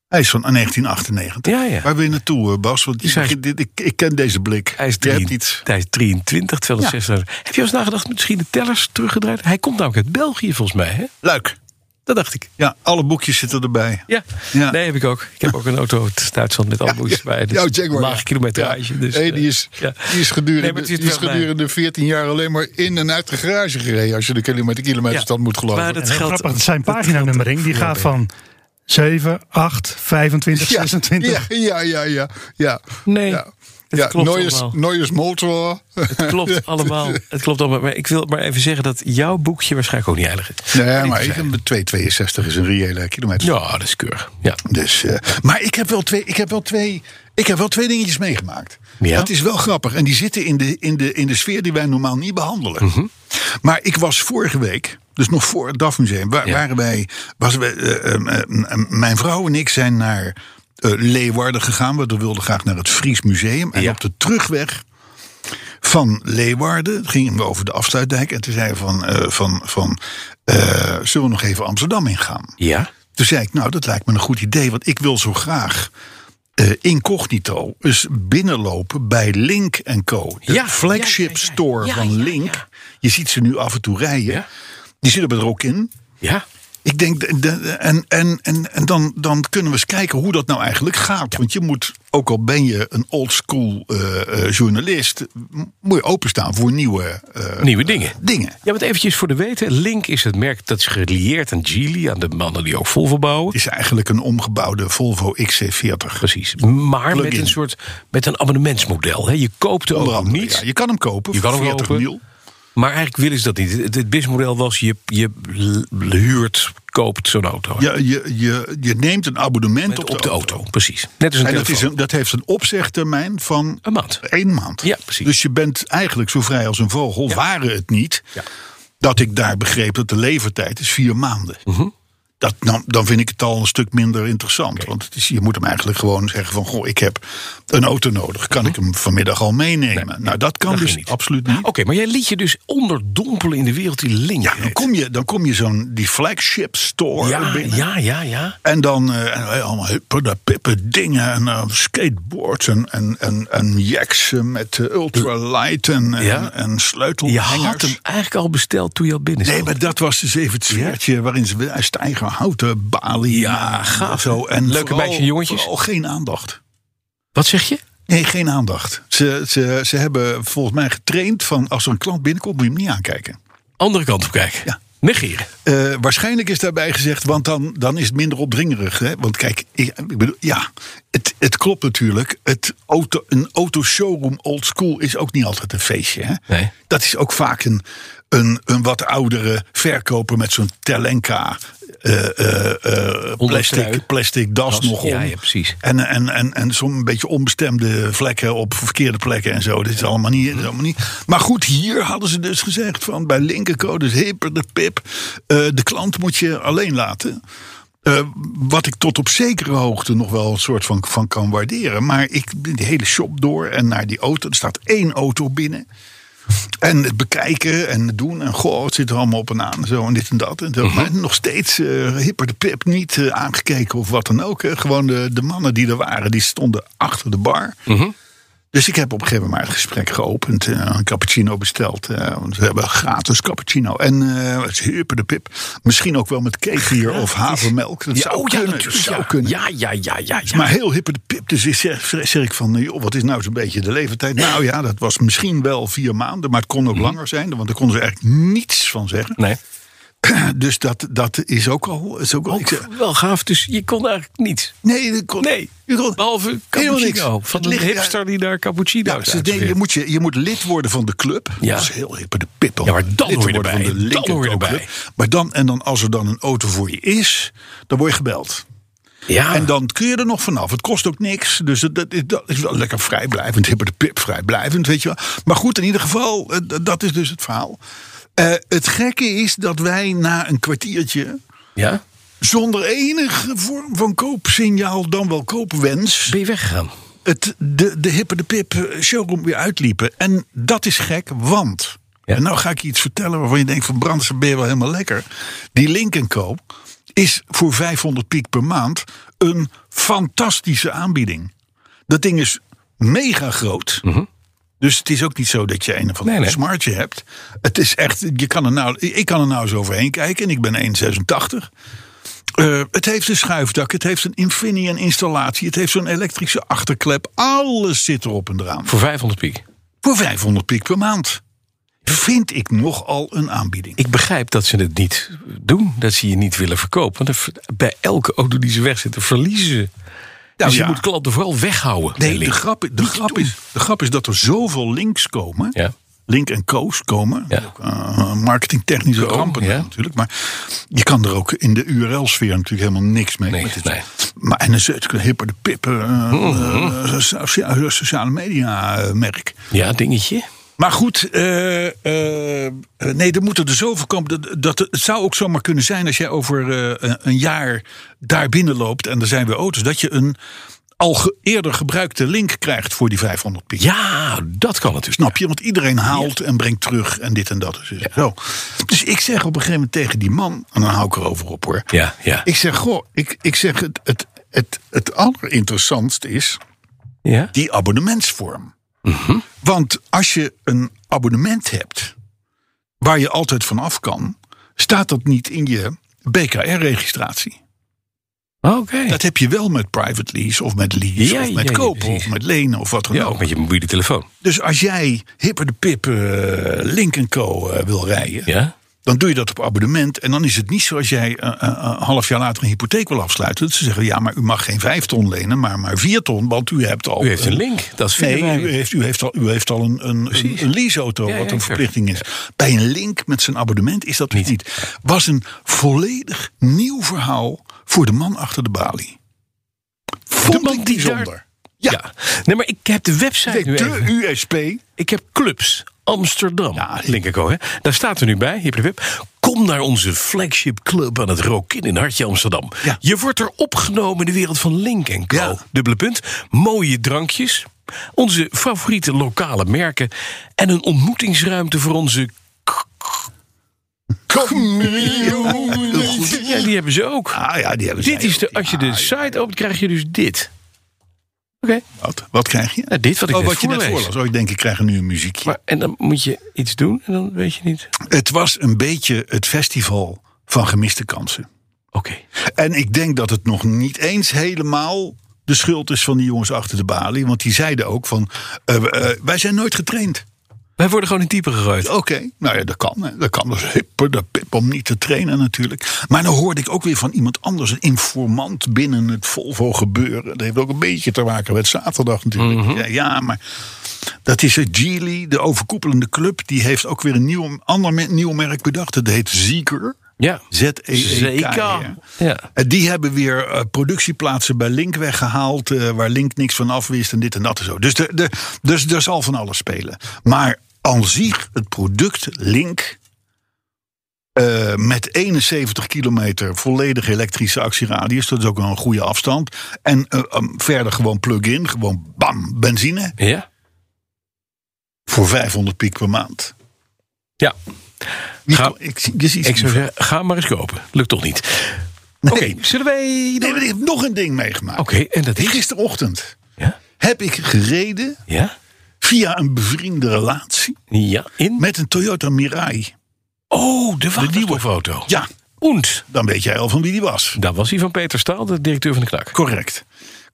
S2: Hij is van 1998.
S3: Ja, ja.
S2: Waar wil je naartoe, eh, Bas? Want
S3: Dus hij is-
S2: ik, dit- ik, ik ken deze blik.
S3: Hij is,
S2: Je hebt
S3: 23,
S2: iets.
S3: hij is 23, 260. Heb je wel eens nagedacht, misschien de tellers teruggedraaid? Hij komt namelijk uit België volgens mij, hè?
S2: Leuk.
S3: Dat dacht ik.
S2: Ja, alle boekjes zitten erbij.
S3: Ja.
S2: Ja.
S3: nee, heb ik ook. Ik heb ook een auto uit Duitsland met alle boetes bij. Dus
S2: Jouw Jaguar.
S3: Laag kilometrage.
S2: Ja.
S3: Dus,
S2: Hey, die,
S3: eh,
S2: is,
S3: ja.
S2: die is gedurende,
S3: Nee, maar het is
S2: die is
S3: wel-
S2: gedurende 14 jaar alleen maar in en uit de garage gereden. Als je de kilometer kilometerstand moet geloven.
S3: Maar dat
S4: En heel
S3: geldt...
S4: grappig, het zijn paginanummering. Die gaat van 7, 8, 25,
S2: ja,
S4: 26.
S2: Ja, ja, ja. ja, ja.
S3: Nee,
S2: ja.
S3: het
S2: ja,
S3: klopt
S2: Neues-
S3: allemaal.
S2: Neues motor.
S3: Het klopt allemaal. Het klopt allemaal. Maar ik wil maar even zeggen dat jouw boekje waarschijnlijk ook niet heilig is.
S2: Nee, maar ik, een 262 is een reële kilometer.
S3: Ja, dat is keurig. Ja.
S2: Dus, eh, maar ik heb, wel twee, ik, heb wel twee, ik heb wel twee dingetjes meegemaakt.
S3: Ja?
S2: Dat is wel grappig. En die zitten in de, in de, in de sfeer die wij normaal niet behandelen. Maar ik was vorige week, dus nog voor het DAF-museum, wa-
S3: Ja.
S2: waren wij, was wij, eh, eh, eh, eh, mijn vrouw en ik zijn naar eh, Leeuwarden gegaan. We wilden graag naar het Fries Museum. En
S3: Ja.
S2: op de terugweg van Leeuwarden gingen we over de afsluitdijk. En toen zeiden we van, eh, van, van eh, zullen we nog even Amsterdam ingaan?
S3: Ja?
S2: Toen zei ik, nou, dat lijkt me een goed idee, want ik wil zo graag eh, incognito eens binnenlopen bij Link Co. De
S3: Ja,
S2: flagship
S3: ja, ja, ja.
S2: store
S3: Ja,
S2: van
S3: ja,
S2: Link.
S3: ja.
S2: Je ziet ze nu af en toe rijden.
S3: Ja.
S2: Die zitten er ook in.
S3: Ja?
S2: Ik denk, de- de- en, en, en, en dan, dan kunnen we eens kijken hoe dat nou eigenlijk gaat. Want je moet, ook al ben je een oldschool eh, eh, journalist, m- moet je openstaan voor nieuwe eh,
S3: Nieuwe dingen.
S2: dingen.
S3: Ja, want eventjes voor de weten. Link is het merk dat is gelieerd aan Geely, aan de mannen die ook Volvo bouwen.
S2: Het is eigenlijk een omgebouwde Volvo XC40.
S3: Precies. Maar met
S2: Plug-in.
S3: een soort met een abonnementsmodel. Hè. Je koopt de
S2: Onder
S3: auto
S2: andere,
S3: niet.
S2: Oh, ja. je kan hem kopen.
S3: Je kan hem
S2: voor 40
S3: kopen.
S2: mil.
S3: Maar eigenlijk willen ze dat niet. Het, het businessmodel was je, je l- huurt, koopt zo'n auto.
S2: Ja, je, je, je neemt een abonnement
S3: Met-
S2: op, de, auto.
S3: Precies. Net als een
S2: En dat, is
S3: telefoon.
S2: een, dat heeft een opzegtermijn van
S3: Een maand.
S2: één maand.
S3: Ja, precies.
S2: Dus je bent eigenlijk zo vrij als een vogel, waren het niet.
S3: Ja.
S2: Dat ik daar begreep dat de levertijd is vier maanden.
S3: Mhm.
S2: Dat, nou, dan vind ik het al een stuk minder interessant. Want het is, je moet hem eigenlijk gewoon zeggen van... Goh, ik heb een auto nodig. Kan ik hem vanmiddag al meenemen? nou, dat kan
S3: Mhm. dat
S2: dus
S3: ging niet.
S2: absoluut niet.
S3: Ah, Oké, maar jij liet je dus onderdompelen in de wereld die Link
S2: Ja, dan
S3: heet.
S2: kom je, dan kom je zo'n die flagship store
S3: ja,
S2: binnen.
S3: ja, ja, ja.
S2: En dan eh, en, eh, allemaal hippe, pippen dingen en eh, skateboards en, en, en, en jacks eh, met eh, ultralight en, en-
S3: Ja.
S2: en
S3: Je
S2: sleutelhangers.
S3: had hem eigenlijk al besteld toen je al binnen zat.
S2: Nee, maar dat was dus even het sfeertje waarin ze eh, stijgerhouten balie
S3: Ja,
S2: maken en eh,
S3: gaaf.
S2: Zo. En
S3: Leuke
S2: vooral-
S3: meisjes en jongetjes.
S2: Vooral geen aandacht.
S3: Wat zeg je?
S2: Nee, geen aandacht. Ze, ze, ze hebben volgens mij getraind van als er een klant binnenkomt moet je hem niet aankijken.
S3: Andere kant op kijken.
S2: Ja.
S3: Negeren.
S2: Eh, waarschijnlijk is daarbij gezegd, want dan, dan is het minder opdringerig. Hè? Want kijk, ik, ik bedoel, ja, het, het klopt natuurlijk. Het auto, een auto showroom old school is ook niet altijd een feestje. Hè?
S3: Nee.
S2: Dat is ook vaak een, een, een wat oudere verkoper met zo'n Telenka. eh, eh, eh,
S3: trui.
S2: plastic, plastic das,
S3: Das,
S2: nog om.
S3: ja, ja, precies.
S2: En, en, en, en soms beetje onbestemde vlekken op verkeerde plekken en zo. Dit is allemaal niet. dit is allemaal niet. Maar goed, hier hadden ze dus gezegd van bij Linkerco, dus hipper de pip. eh, de klant moet je alleen laten. Eh, wat ik tot op zekere hoogte nog wel een soort van, van kan waarderen. Maar ik ben die hele shop door en naar die auto. Er staat één auto binnen. En het bekijken en het doen. En goh, het zit er allemaal op en aan. Zo en dit en dat. En zo.
S3: Mhm.
S2: Maar nog steeds eh, hipper de pip. Niet eh, aangekeken of wat dan ook. hè. Gewoon de, de mannen die er waren, die stonden achter de bar.
S3: Mhm.
S2: Dus ik heb op een gegeven moment maar het gesprek geopend. eh, een cappuccino besteld. eh, want we hebben gratis cappuccino. En eh, het is hipper de pip. Misschien ook wel met cake hier of havermelk. Dat zou
S3: oh, ja,
S2: kunnen. dat
S3: natuurlijk,
S2: zou
S3: ja.
S2: kunnen.
S3: Ja, ja, ja, ja. ja.
S2: Maar heel hippe de pip. Dus ik zeg, zeg ik van, joh, wat is nou zo'n beetje de leeftijd? Nou ja, dat was misschien wel vier maanden, maar het kon
S3: Mhm.
S2: ook langer zijn. Want daar konden ze eigenlijk niets van zeggen.
S3: nee.
S2: Dus dat, dat is ook al... Is ook al ik zeg,
S3: Wel gaaf, dus je kon eigenlijk niets.
S2: nee, dat kon,
S3: Nee,
S2: je kon-
S3: behalve
S2: helemaal niks.
S3: cappuccino. Van
S2: Het
S3: de
S2: ligt-
S3: hipster die daar cappuccino
S2: Ja,
S3: uit
S2: ze denken, je,
S3: serveert.
S2: moet je, je moet lid worden van de club.
S3: Ja.
S2: Dat is heel hippe de pip. om
S3: Ja, maar dan
S2: lid te
S3: hoor je
S2: worden
S3: erbij.
S2: van de
S3: Dan hoor je
S2: Lincoln
S3: erbij.
S2: Club. Maar dan, en dan als er dan een auto voor je is, dan word je gebeld.
S3: Ja,
S2: En dan kun je er nog vanaf. Het kost ook niks. Dus dat, dat, is- dat is wel lekker vrijblijvend. Hipper de pip vrijblijvend, weet je wel. Maar goed, in ieder geval, eh, d- dat is dus het verhaal. Eh, het gekke is dat wij na een kwartiertje...
S3: ja.
S2: zonder enige vorm van koopsignaal, dan wel koopwens...
S3: ben je weggegaan.
S2: het, de, de hipper de pip eh, showroom weer uitliepen. En dat is gek, want...
S3: Ja.
S2: En nou ga ik je iets vertellen waarvan je denkt... van Brandsen ben je wel helemaal lekker. Die Lincoln Koop is voor 500 piek per maand... een fantastische aanbieding. Dat ding is mega groot... Dus het is ook niet zo dat je een of ander
S3: Mhm. Nee, nee.
S2: smartje hebt. Het is echt, je kan er nou, ik kan er nou eens overheen kijken en ik ben 1,86. Eh, het heeft een schuifdak, het heeft een Infineon installatie, het heeft zo'n elektrische achterklep. Alles zit erop en eraan.
S3: Voor 500 piek.
S2: Voor 500 piek per maand. Vind ik nogal een aanbieding.
S3: Ik begrijp dat ze het niet doen. Dat ze je niet willen verkopen. Want er ver- bij elke auto die ze wegzetten, verliezen ze. dus
S2: ja.
S3: je moet klanten vooral weghouden.
S2: Nee,
S3: Link.
S2: de grap, de, grap is, de grap is dat er zoveel links komen.
S3: Ja.
S2: Link en Co's komen.
S3: Ja.
S2: Ook, eh, marketingtechnische rampen
S3: ja.
S2: natuurlijk. Maar je kan er ook in de URL-sfeer natuurlijk helemaal niks mee.
S3: Nee,
S2: met dit.
S3: nee.
S2: Maar en dan is het hipper de pippen. eh,
S3: Mhm.
S2: eh, socia- sociale media eh, merk.
S3: Ja, dingetje.
S2: Maar goed, eh, eh, eh, nee, er moeten er zoveel komen. Dat, dat, het zou ook zomaar kunnen zijn als jij over eh, een- een jaar daar binnen loopt en er zijn weer auto's, dat je een al ge- eerder gebruikte link krijgt voor die 500 piek.
S3: Ja, dat kan dus. natuurlijk.
S2: Snap je? Want iedereen haalt en brengt terug en dit en dat. Dus, zo. dus ik zeg op een gegeven moment tegen die man, en dan hou ik erover op hoor.
S3: Ja, ja.
S2: Ik zeg, goh, ik, ik zeg het, het, het, het allerinteressantst is
S3: ja.
S2: die abonnementsvorm.
S3: Mhm.
S2: Want als je een abonnement hebt waar je altijd van af kan, staat dat niet in je BKR-registratie.
S3: Oh, Oké.
S2: Dat heb je wel met private lease of met lease
S3: Ja,
S2: of met
S3: ja, ja,
S2: kopen
S3: precies.
S2: of met lenen of wat dan
S3: Ja,
S2: ook.
S3: ook met je mobiele telefoon.
S2: Dus als jij hipper de pip eh, Link Co eh, wil rijden,
S3: Ja.
S2: dan doe je dat op abonnement. En dan is het niet zoals jij eh, eh, een half jaar later een hypotheek wil afsluiten. Dat ze zeggen, ja, maar u mag geen vijf ton lenen, maar maar vier ton, want u hebt al...
S3: U heeft een
S2: eh,
S3: link. Dat is
S2: Nee,
S3: fijn.
S2: u heeft, u heeft al, u heeft al een, een, een, een leaseauto,
S3: Ja,
S2: wat
S3: ja,
S2: een
S3: ik zeg-
S2: verplichting is. Bij een link met zijn abonnement is dat niet. niet. Was een volledig nieuw verhaal voor de man achter de balie. Vond
S3: man
S2: ik
S3: die daar-
S2: bijzonder.
S3: Ja. Nee, maar ik heb de website nu
S2: De
S3: even.
S2: USP.
S3: Ik heb clubs. Amsterdam.
S2: Ja,
S3: Linkerko, hè? Daar staat er nu bij. Hip, hip, hip. Kom naar onze flagship club aan het Rokin in Hartje Amsterdam.
S2: Ja.
S3: Je wordt er opgenomen in de wereld van Link en Co.
S2: Ja.
S3: Dubbele punt. Mooie drankjes. Onze favoriete lokale merken. En een ontmoetingsruimte voor onze...
S2: Community.
S3: Ja, die hebben ze ook.
S2: Ah ja, die hebben
S3: dit
S2: zij
S3: is de...
S2: ook.
S3: Als je de
S2: Ja,
S3: site opent, krijg je dus dit. Oké.
S2: Wat, wat krijg je?
S3: Nou, dit wat ik
S2: oh,
S3: net
S2: wat je net
S3: voorlees.
S2: voorlas. Oh, ik denk, ik krijg nu een muziekje.
S3: Maar, en dan moet je iets doen en dan weet je niet.
S2: het was een beetje het festival van gemiste kansen.
S3: Oké.
S2: En ik denk dat het nog niet eens helemaal de schuld is van die jongens achter de balie. Want die zeiden ook van, eh, eh, wij zijn nooit getraind.
S3: Wij worden gewoon in type gegooid.
S2: Oké, nou ja, dat kan. hè. Dat kan dus hipper, dat pip om niet te trainen natuurlijk. Maar dan hoorde ik ook weer van iemand anders, een informant binnen het Volvo gebeuren. Dat heeft ook een beetje te maken met zaterdag natuurlijk. ja, ja, maar dat is het Geely, de overkoepelende club. Die heeft ook weer een nieuw, ander me- nieuw merk bedacht. Dat heet Zeker. E
S3: Ja.
S2: Z-E-E-K.
S3: Zeker. E Ja.
S2: En die hebben weer eh, productieplaatsen bij Link weggehaald. eh, waar Link niks van af wist en dit en dat en zo. Dus er de, dus, er zal van alles spelen. Maar aan zich, het product Link. eh, met 71 kilometer volledig elektrische actieradius. Dat is ook wel een goede afstand. En eh, eh, verder gewoon plug-in. Gewoon bam, benzine.
S3: Ja.
S2: Voor 500 piek per maand.
S3: ja.
S2: Niet-
S3: Ga-
S2: ik, zie- je ziet
S3: Ik zou zeggen, ga maar eens kopen. Lukt toch niet?
S2: Nee.
S3: Oké, zullen wij...
S2: Nee, maar ik heb nog een ding meegemaakt.
S3: Oké, en dat is?
S2: Gisterochtend
S3: Ja?
S2: heb ik gereden
S3: Ja?
S2: via een bevriende relatie
S3: Ja, in?
S2: met een Toyota Mirai.
S3: Oh, de, nieuwe foto.
S2: Ja,
S3: Und.
S2: dan weet jij al van wie die was.
S3: Dat was die van Peter Staal, de directeur van de Klak.
S2: Correct.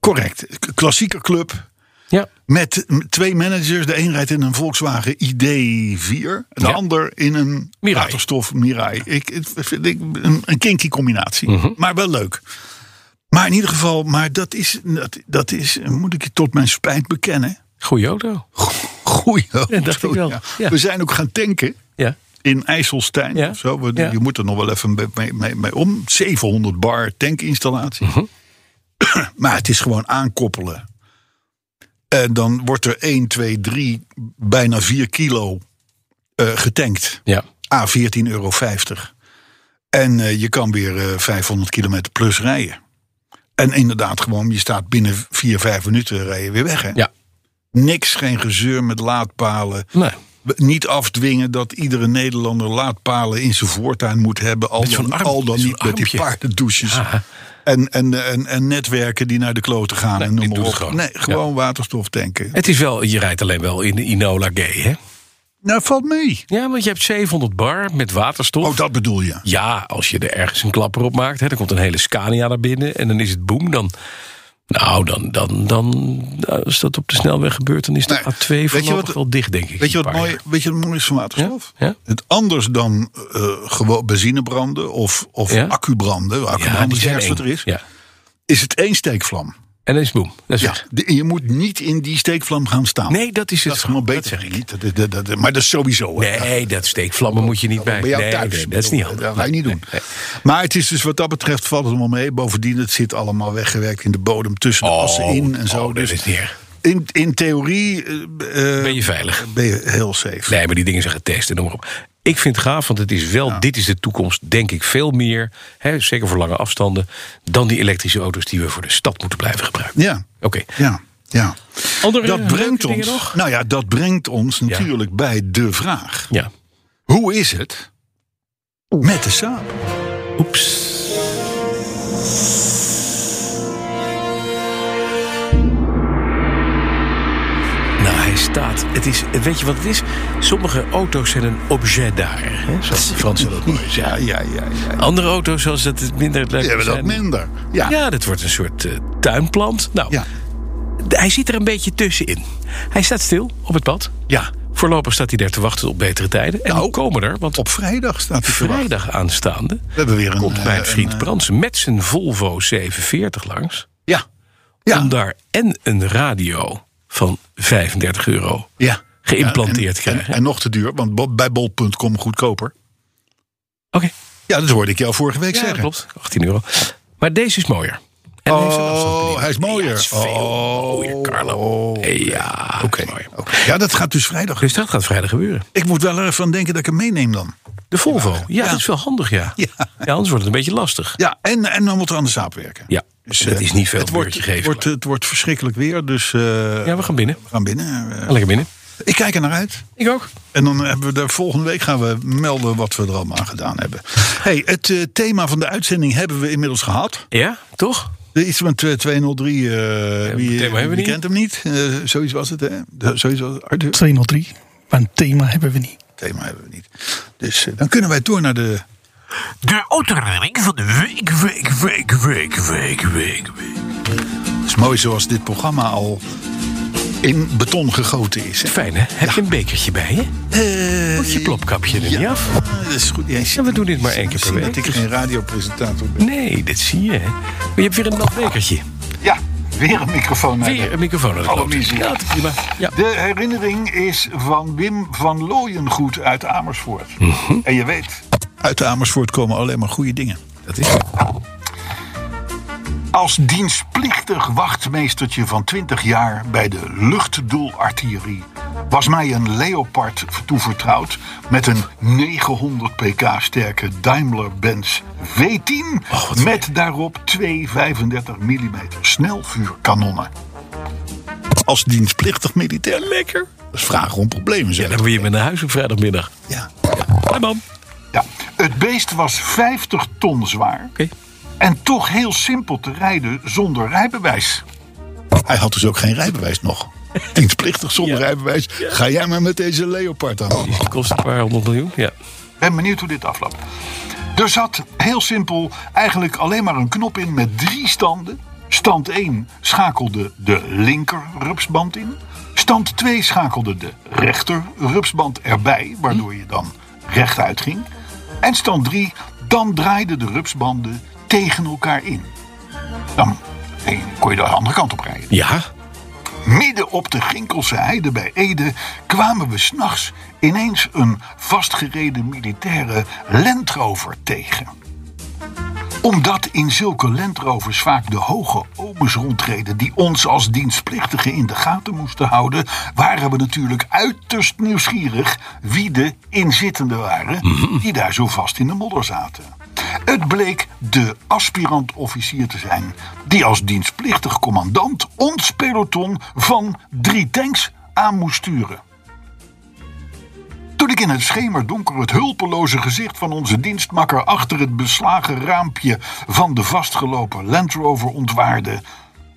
S2: Correct. K- Klassieke club
S3: Ja.
S2: met m- twee managers. De een rijdt in een Volkswagen ID4. De
S3: Ja.
S2: ander in een
S3: Mirai.
S2: waterstof Mirai. Ik, ik vind ik een, een kinky combinatie.
S3: Mhm.
S2: Maar wel leuk. Maar in ieder geval, maar dat is, dat, dat is, moet ik je tot mijn spijt bekennen.
S3: Goeie auto.
S2: Goeie
S3: Ja, dacht ik wel.
S2: Ja.
S3: Ja.
S2: We zijn ook gaan tanken
S3: Ja.
S2: in IJsselstein.
S3: Ja.
S2: of Zo. We-
S3: Ja.
S2: Je moet er nog wel even mee, mee, mee, mee om. 700 bar tankinstallatie.
S3: Mhm.
S2: maar het is gewoon aankoppelen. En dan wordt er 1, 2, 3, bijna 4 kilo eh, getankt.
S3: Ja.
S2: A 14,50 euro. En eh, je kan weer eh, 500 kilometer plus rijden. En inderdaad, gewoon, je staat binnen 4, 5 minuten rij je weer weg. Hè?
S3: Ja. Nou,
S2: Niks, geen gezeur met laadpalen.
S3: Nee.
S2: We- Niet afdwingen dat iedere Nederlander laadpalen in zijn voortuin moet hebben. Al,
S3: Met zo'n
S2: dan,
S3: arm-
S2: al dan
S3: met zo'n
S2: niet met die
S3: armpje.
S2: paardendouches. En, en, en, en netwerken die naar de kloten gaan.
S3: Nee,
S2: en noem
S3: dit
S2: maar
S3: doet
S2: op.
S3: het gewoon.
S2: Nee, gewoon waterstof tanken.
S3: Het is wel, je rijdt alleen wel in de Inola G, hè?
S2: Nou, valt mee.
S3: Ja, want je hebt 700 bar met waterstof.
S2: Oh, dat bedoel je.
S3: Ja, als je er ergens een klapper op maakt, hè, dan komt een hele Scania naar binnen en dan is het boem. Dan, nou, dan, dan, dan, als dat op de snelweg gebeurt, dan is de
S2: Nee,
S3: A2
S2: weet je
S3: voorlopig
S2: wat-
S3: wel dicht, denk ik.
S2: Weet je,
S3: een
S2: wat
S3: paar
S2: mooi,
S3: jaar.
S2: weet je wat mooi is van waterstof?
S3: Ja? Ja?
S2: Het anders dan eh, gewoon benzine branden of, of
S3: Ja?
S2: accu branden. Accu
S3: Ja, die
S2: is het
S3: zijn
S2: ergste wat er
S3: eng.
S2: is.
S3: Ja.
S2: Is het één steekvlam.
S3: En dan is het boem. Dat is
S2: Ja,
S3: het.
S2: de- je moet niet in die steekvlam gaan staan.
S3: Nee, dat is het.
S2: dat is gewoon beter. Oh, niet. Dat- dat- dat- dat- maar dat is sowieso. hè.
S3: Nee, dat steekvlammen moet je niet bij.
S2: Oh, bij jou
S3: nee,
S2: thuis.
S3: nee, dat is niet handig.
S2: Dat ga je niet doen.
S3: Nee,
S2: Maar het is dus wat dat betreft valt het wel mee. Bovendien, het zit allemaal weggewerkt in de bodem tussen de
S3: Oh,
S2: assen in en zo.
S3: oh, dat
S2: dus
S3: is niet erg.
S2: in, in theorie eh, eh,
S3: Ben je veilig?
S2: ben je heel safe.
S3: Nee, maar die dingen zijn getest en noem maar op. Ik vind het gaaf, want het is wel, dit is de toekomst, denk ik, veel meer. Hè, zeker voor lange afstanden. Dan die elektrische auto's die we voor de stad moeten blijven gebruiken.
S2: Ja,
S3: Oké.
S2: ja, ja.
S3: Andere
S2: Dat
S3: leuke
S2: brengt
S3: dingen
S2: ons,
S3: nog?
S2: nou ja, dat brengt ons natuurlijk bij de vraag.
S3: Ja.
S2: Hoe is het met de Saab?
S3: Oeps. Nou, hij staat. Het is, weet je wat het is? Sommige auto's zijn een objet daar. Hè? Zoals de Fransen dat mooi
S2: Ja,
S3: zeggen.
S2: ja, ja. ja.
S3: Andere auto's, zoals dat het minder leuk
S2: Die hebben dat
S3: zijn.
S2: minder. Ja, ja.
S3: Ja, dat wordt een soort eh, tuinplant. Nou, hij zit er een beetje tussenin. Hij staat stil op het pad.
S2: Ja.
S3: Voorlopig staat hij daar te wachten op betere tijden. En
S2: Nou,
S3: die komen er, want
S2: Op vrijdag staat hij te wachten.
S3: vrijdag aanstaande...
S2: We hebben weer een...
S3: komt mijn
S2: eh,
S3: vriend
S2: een, eh,
S3: Bransen met zijn Volvo 740 langs...
S2: Ja. Ja.
S3: om daar en een radio van 35 euro
S2: ja.
S3: geïmplanteerd te
S2: En,
S3: krijgen.
S2: en, en nog te duur, want bo- bij bol.com goedkoper.
S3: Oké,
S2: Ja, dat hoorde ik jou vorige week
S3: ja, dat
S2: zeggen.
S3: klopt. 18 euro. Maar deze is mooier. En hij heeft een afstandsbediening.
S2: Oh, hij is mooier.
S3: Ja, het is veel
S2: Oh,
S3: mooier, Carlo. Ja,
S2: Oké.
S3: oké.
S2: Oké. Ja, dat gaat dus vrijdag.
S3: Dus dat gaat vrijdag gebeuren.
S2: Ik moet wel ervan denken dat ik hem meeneem dan.
S3: De Volvo. Ja,
S2: Ja.
S3: dat is wel handig, ja.
S2: Ja.
S3: ja. anders wordt het een beetje lastig.
S2: Ja, en, en dan moet er aan de saap werken.
S3: Ja, dat
S2: eh,
S3: is niet veel
S2: het wordt,
S3: beurtje
S2: het,
S3: geven.
S2: wordt, het wordt verschrikkelijk weer, dus eh,
S3: ja, we gaan binnen.
S2: we gaan binnen. Eh,
S3: Lekker binnen.
S2: ik kijk er naar uit.
S3: Ik ook.
S2: En dan hebben we daar volgende week gaan we melden wat we er allemaal aan gedaan hebben. Hey, het eh, thema van de uitzending hebben we inmiddels gehad.
S3: Ja, toch?
S2: Er Iets met eh, 203. eh wie
S3: thema hebben we
S2: wie
S3: niet.
S2: kent hem niet? Eh, zoiets was het, hè? De- zoiets was het. Arthur?
S4: 203. Maar een thema hebben we niet.
S2: Thema hebben we niet. Dus eh, dan kunnen wij door naar de.
S3: De autoring van de week, week, week, week, week, week, week.
S2: Het is mooi zoals dit programma al in beton gegoten is. hè.
S3: Fijn, hè? Heb je een bekertje bij je?
S2: Eh,
S3: Moet je plopkapje er niet af?
S2: Ah, dat is goed. Ja,
S3: Ja, we doen dit maar één keer per
S2: Zie
S3: week.
S2: dat ik geen radiopresentator ben.
S3: Nee, dit zie je. hè. Maar je hebt weer een nat bekertje.
S2: Ja, weer een microfoon. naar de-
S3: Weer een microfoon aan de
S2: Alle
S3: klote.
S2: muziek.
S3: Ja, dat is prima. Ja.
S2: De herinnering is van Wim van Looyengoed uit Amersfoort.
S3: Mhm.
S2: En je weet, uit Amersfoort komen alleen maar goede dingen.
S3: Dat is
S2: Als dienstplichtig wachtmeestertje van 20 jaar bij de luchtdoelartillerie was mij een Leopard toevertrouwd met een 900 pk sterke Daimler-Benz V10 met daarop twee 35 mm snelvuurkanonnen. Als dienstplichtig militair.
S3: lekker.
S2: Dat is vragen om problemen, zeg.
S3: Dan moet je weer naar huis op vrijdagmiddag.
S2: Ja.
S3: Hoi, man.
S2: Ja, het beest was 50 ton zwaar.
S3: Oké.
S2: En toch heel simpel te rijden zonder rijbewijs. Hij had dus ook geen rijbewijs nog. Dienstplichtig zonder rijbewijs. Ga jij maar met deze Leopard aan.
S3: Die kost een paar honderd miljoen. Ja.
S2: ben benieuwd hoe dit afloopt. Er zat heel simpel eigenlijk alleen maar een knop in met drie standen. Stand 1 schakelde de linker rupsband in. Stand 2 schakelde de rechter rupsband erbij, waardoor je dan rechtuit ging. En stand 3, dan draaiden de rupsbanden tegen elkaar in. Dan eh, kon je de andere kant op rijden.
S3: Ja.
S2: Midden op de Ginkelse heide bij Ede kwamen we s'nachts ineens een vastgereden militaire Landrover tegen. Omdat in zulke Landrovers vaak de hoge omens rondreden die ons als dienstplichtigen in de gaten moesten houden, waren we natuurlijk uiterst nieuwsgierig wie de inzittenden waren die daar zo vast in de modder zaten. Het bleek de aspirant-officier te zijn, die als dienstplichtig commandant ons peloton van drie tanks aan moest sturen. Toen ik in het schemerdonker het hulpeloze gezicht van onze dienstmakker achter het beslagen raampje van de vastgelopen Land Rover ontwaarde,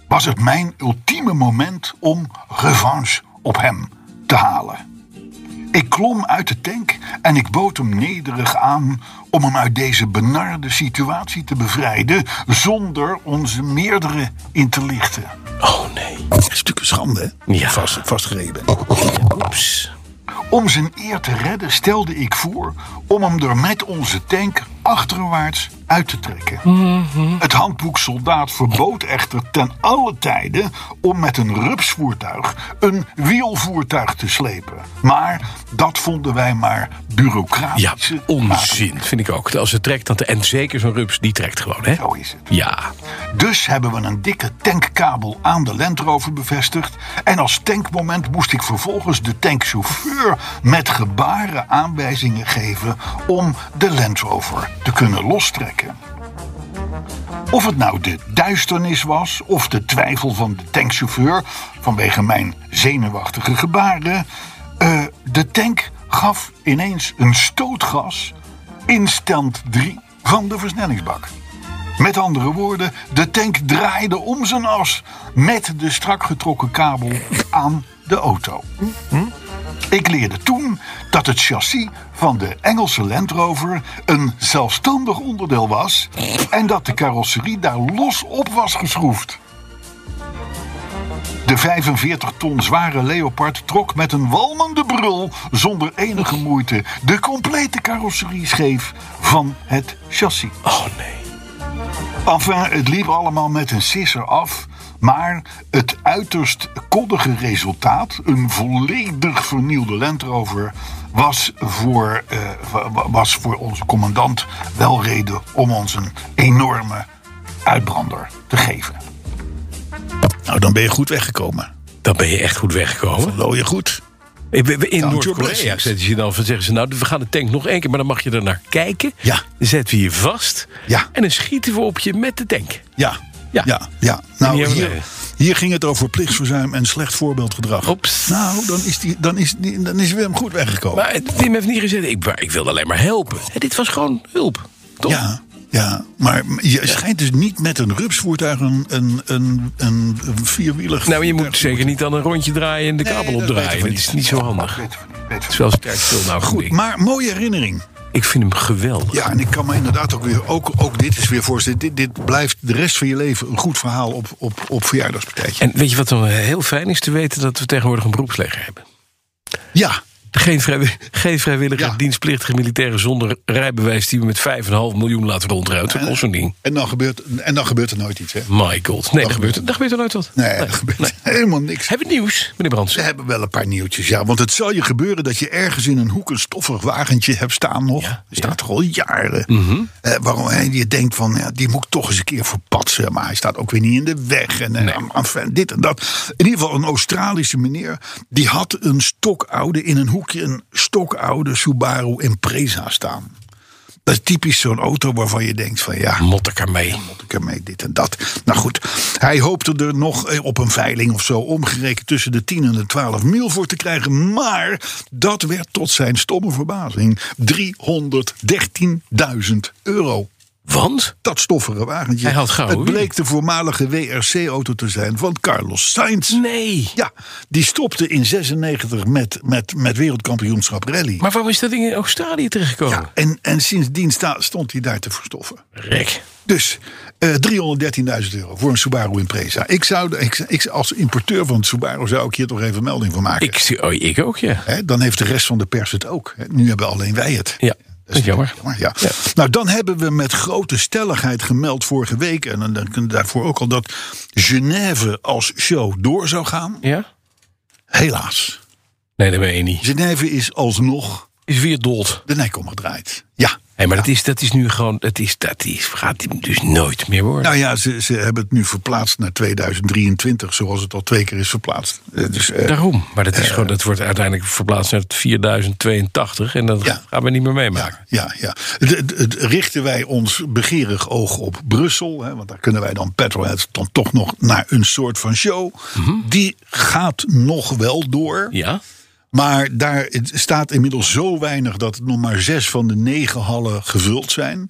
S2: was het mijn ultieme moment om revanche op hem te halen. Ik klom uit de tank en ik bood hem nederig aan om hem uit deze benarde situatie te bevrijden zonder onze meerdere in te lichten.
S3: Oh, nee.
S2: Dat is natuurlijk een schande, hè?
S3: Ja. Oh,
S2: vastgereden.
S3: Oeps.
S2: Om zijn eer te redden stelde ik voor om hem er met onze tank achterwaarts uit te trekken. Het handboek Soldaat verbood echter ten alle tijde om met een rupsvoertuig een wielvoertuig te slepen. Maar dat vonden wij maar
S3: Ja,
S2: bureaucratische
S3: onzin, vind ik ook. Als het trekt, dan en zeker zo'n rups, die trekt gewoon, hè?
S2: Zo is het.
S3: Ja.
S2: Dus hebben we een dikke tankkabel aan de Land Rover bevestigd. En als tankmoment moest ik vervolgens de tankchauffeur met gebaren aanwijzingen geven om de Land Rover te kunnen lostrekken. Of het nou de duisternis was of de twijfel van de tankchauffeur vanwege mijn zenuwachtige gebaren, eh, de tank gaf ineens een stootgas in stand 3 van de versnellingsbak. Met andere woorden, de tank draaide om zijn as met de strak getrokken kabel aan de auto. Hm? Ik leerde toen dat het chassis van de Engelse Land Rover een zelfstandig onderdeel was en dat de carrosserie daar los op was geschroefd. De 45 ton zware Leopard trok met een walmende brul zonder enige moeite de complete carrosserie scheef van het chassis.
S3: Oh, nee.
S2: Enfin, het liep allemaal met een sisser af. Maar het uiterst koddige resultaat, een volledig vernielde Land Rover, was voor, eh, wa- wa- was voor onze commandant wel reden om ons een enorme uitbrander te geven. Nou, dan ben je goed weggekomen.
S3: Dan ben je echt goed weggekomen.
S2: Loo je goed.
S3: In- In in
S2: your
S3: Noord-Korea
S2: blessings.
S3: zetten ze je dan, zeggen ze, nou, we gaan de tank nog één keer, maar dan mag je er naar kijken.
S2: Ja.
S3: Dan zetten we je vast.
S2: Ja.
S3: En dan schieten we op je met de tank.
S2: Ja.
S3: Ja.
S2: ja.
S3: En die
S2: Nou,
S3: hebben
S2: hier, hier ging het over plichtsverzuim en slecht voorbeeldgedrag.
S3: Ops.
S2: Nou, dan is, die, dan, is die, dan is Willem goed weggekomen.
S3: Maar het- Tim heeft niet gezegd, ik, maar ik wilde alleen maar helpen. En dit was gewoon hulp, toch?
S2: Ja, ja, maar je schijnt dus niet met een rupsvoertuig een, een, een, een, een vierwielig...
S3: Nou, je moet zeker niet dan een rondje draaien en de kabel
S2: dat weten
S3: opdraaien.
S2: we
S3: Dat is niet zo handig.
S2: Weet van niet, weet van niet.
S3: Zoals sterk veel nou goed.
S2: Goed, maar mooie herinnering.
S3: Ik vind hem geweldig.
S2: Ja, en ik kan me inderdaad ook weer. Ook, ook dit is weer voorstellen. Dit, dit blijft de rest van je leven een goed verhaal op, op, op verjaardagspartijtje.
S3: En weet je wat dan heel fijn is te weten? Dat we tegenwoordig een beroepsleger hebben.
S2: ja,
S3: Geen, vrijwi- geen vrijwillige
S2: Ja.
S3: dienstplichtige militairen zonder rijbewijs... die we met 5,5 miljoen laten rondruiten. Dat kost zo'n ding.
S2: en dan, gebeurt, en dan gebeurt er nooit iets, hè?
S3: My god. Nee, daar gebeurt,
S2: gebeurt-
S3: daar gebeurt er nooit wat.
S2: Nee, er gebeurt helemaal niks.
S3: Hebben we nieuws, meneer Brands?
S2: Ze hebben wel een paar nieuwtjes, ja. Want het zal je gebeuren dat je ergens in een hoek een stoffig wagentje hebt staan nog.
S3: Ja, Mhm.
S2: staat er al jaren. Eh, waarom hè, je denkt van, ja, die moet ik toch eens een keer verpatsen. Maar hij staat ook weer niet in de weg. En, eh, en enfin, dit en dat. In ieder geval een Australische meneer. Die had een stokoude, in een hoekje een stokoude Subaru Impreza staan. Dat is typisch zo'n auto waarvan je denkt van, ja,
S3: Motterka mee.
S2: moet ik ermee, dit en dat. Nou goed, hij hoopte er nog eh, op een veiling of zo omgerekend tussen de 10 en de 12 mil voor te krijgen. Maar dat werd tot zijn stomme verbazing 313.000 euro.
S3: Want?
S2: Dat stoffige wagentje.
S3: Hij had gouden
S2: Het
S3: wielen.
S2: bleek de voormalige WRC-auto te zijn van Carlos Sainz.
S3: Nee.
S2: Ja, die stopte in 96 met, met, met wereldkampioenschap rally.
S3: Maar waarom is dat ding in Australië terechtgekomen?
S2: ja, en, en sindsdien sta, stond hij daar te verstoffen.
S3: Rek.
S2: Dus eh 313.000 euro voor een Subaru Impreza. Ik zou, ik, ik, als importeur van het Subaru zou ik hier toch even melding van maken.
S3: Ik, zie- oh, ik ook, ja.
S2: Hè, dan heeft de rest van de pers het ook. Hè, Nu hebben alleen wij het.
S3: Ja, dat is jammer.
S2: Maar ja. Nou, dan hebben we met grote stelligheid gemeld vorige week... en dan- dan- daarvoor ook al dat Genève als show door zou gaan.
S3: Ja?
S2: Helaas.
S3: Nee, dat ben je niet.
S2: Genève is alsnog
S3: Is weer dood.
S2: de nek omgedraaid. Ja.
S3: Hé, maar dat, is, dat is nu gewoon... Dat, is, dat is, gaat hem dus nooit meer worden.
S2: Nou ja, ze, ze hebben het nu verplaatst naar 2023... zoals het al twee keer is verplaatst. Eh, Dus, eh,
S3: Daarom. Maar dat, is gewoon, dat wordt uiteindelijk verplaatst naar het 4082. En dat
S2: Ja.
S3: gaan we niet meer meemaken.
S2: Ja, ja, ja. De- de- de- richten wij ons begeerig oog op Brussel. Hè, want daar kunnen wij dan Petrolhead dan toch nog naar een soort van show. Die gaat nog wel door.
S3: Ja?
S2: Maar daar het staat inmiddels zo weinig dat nog maar zes van de negen hallen gevuld zijn.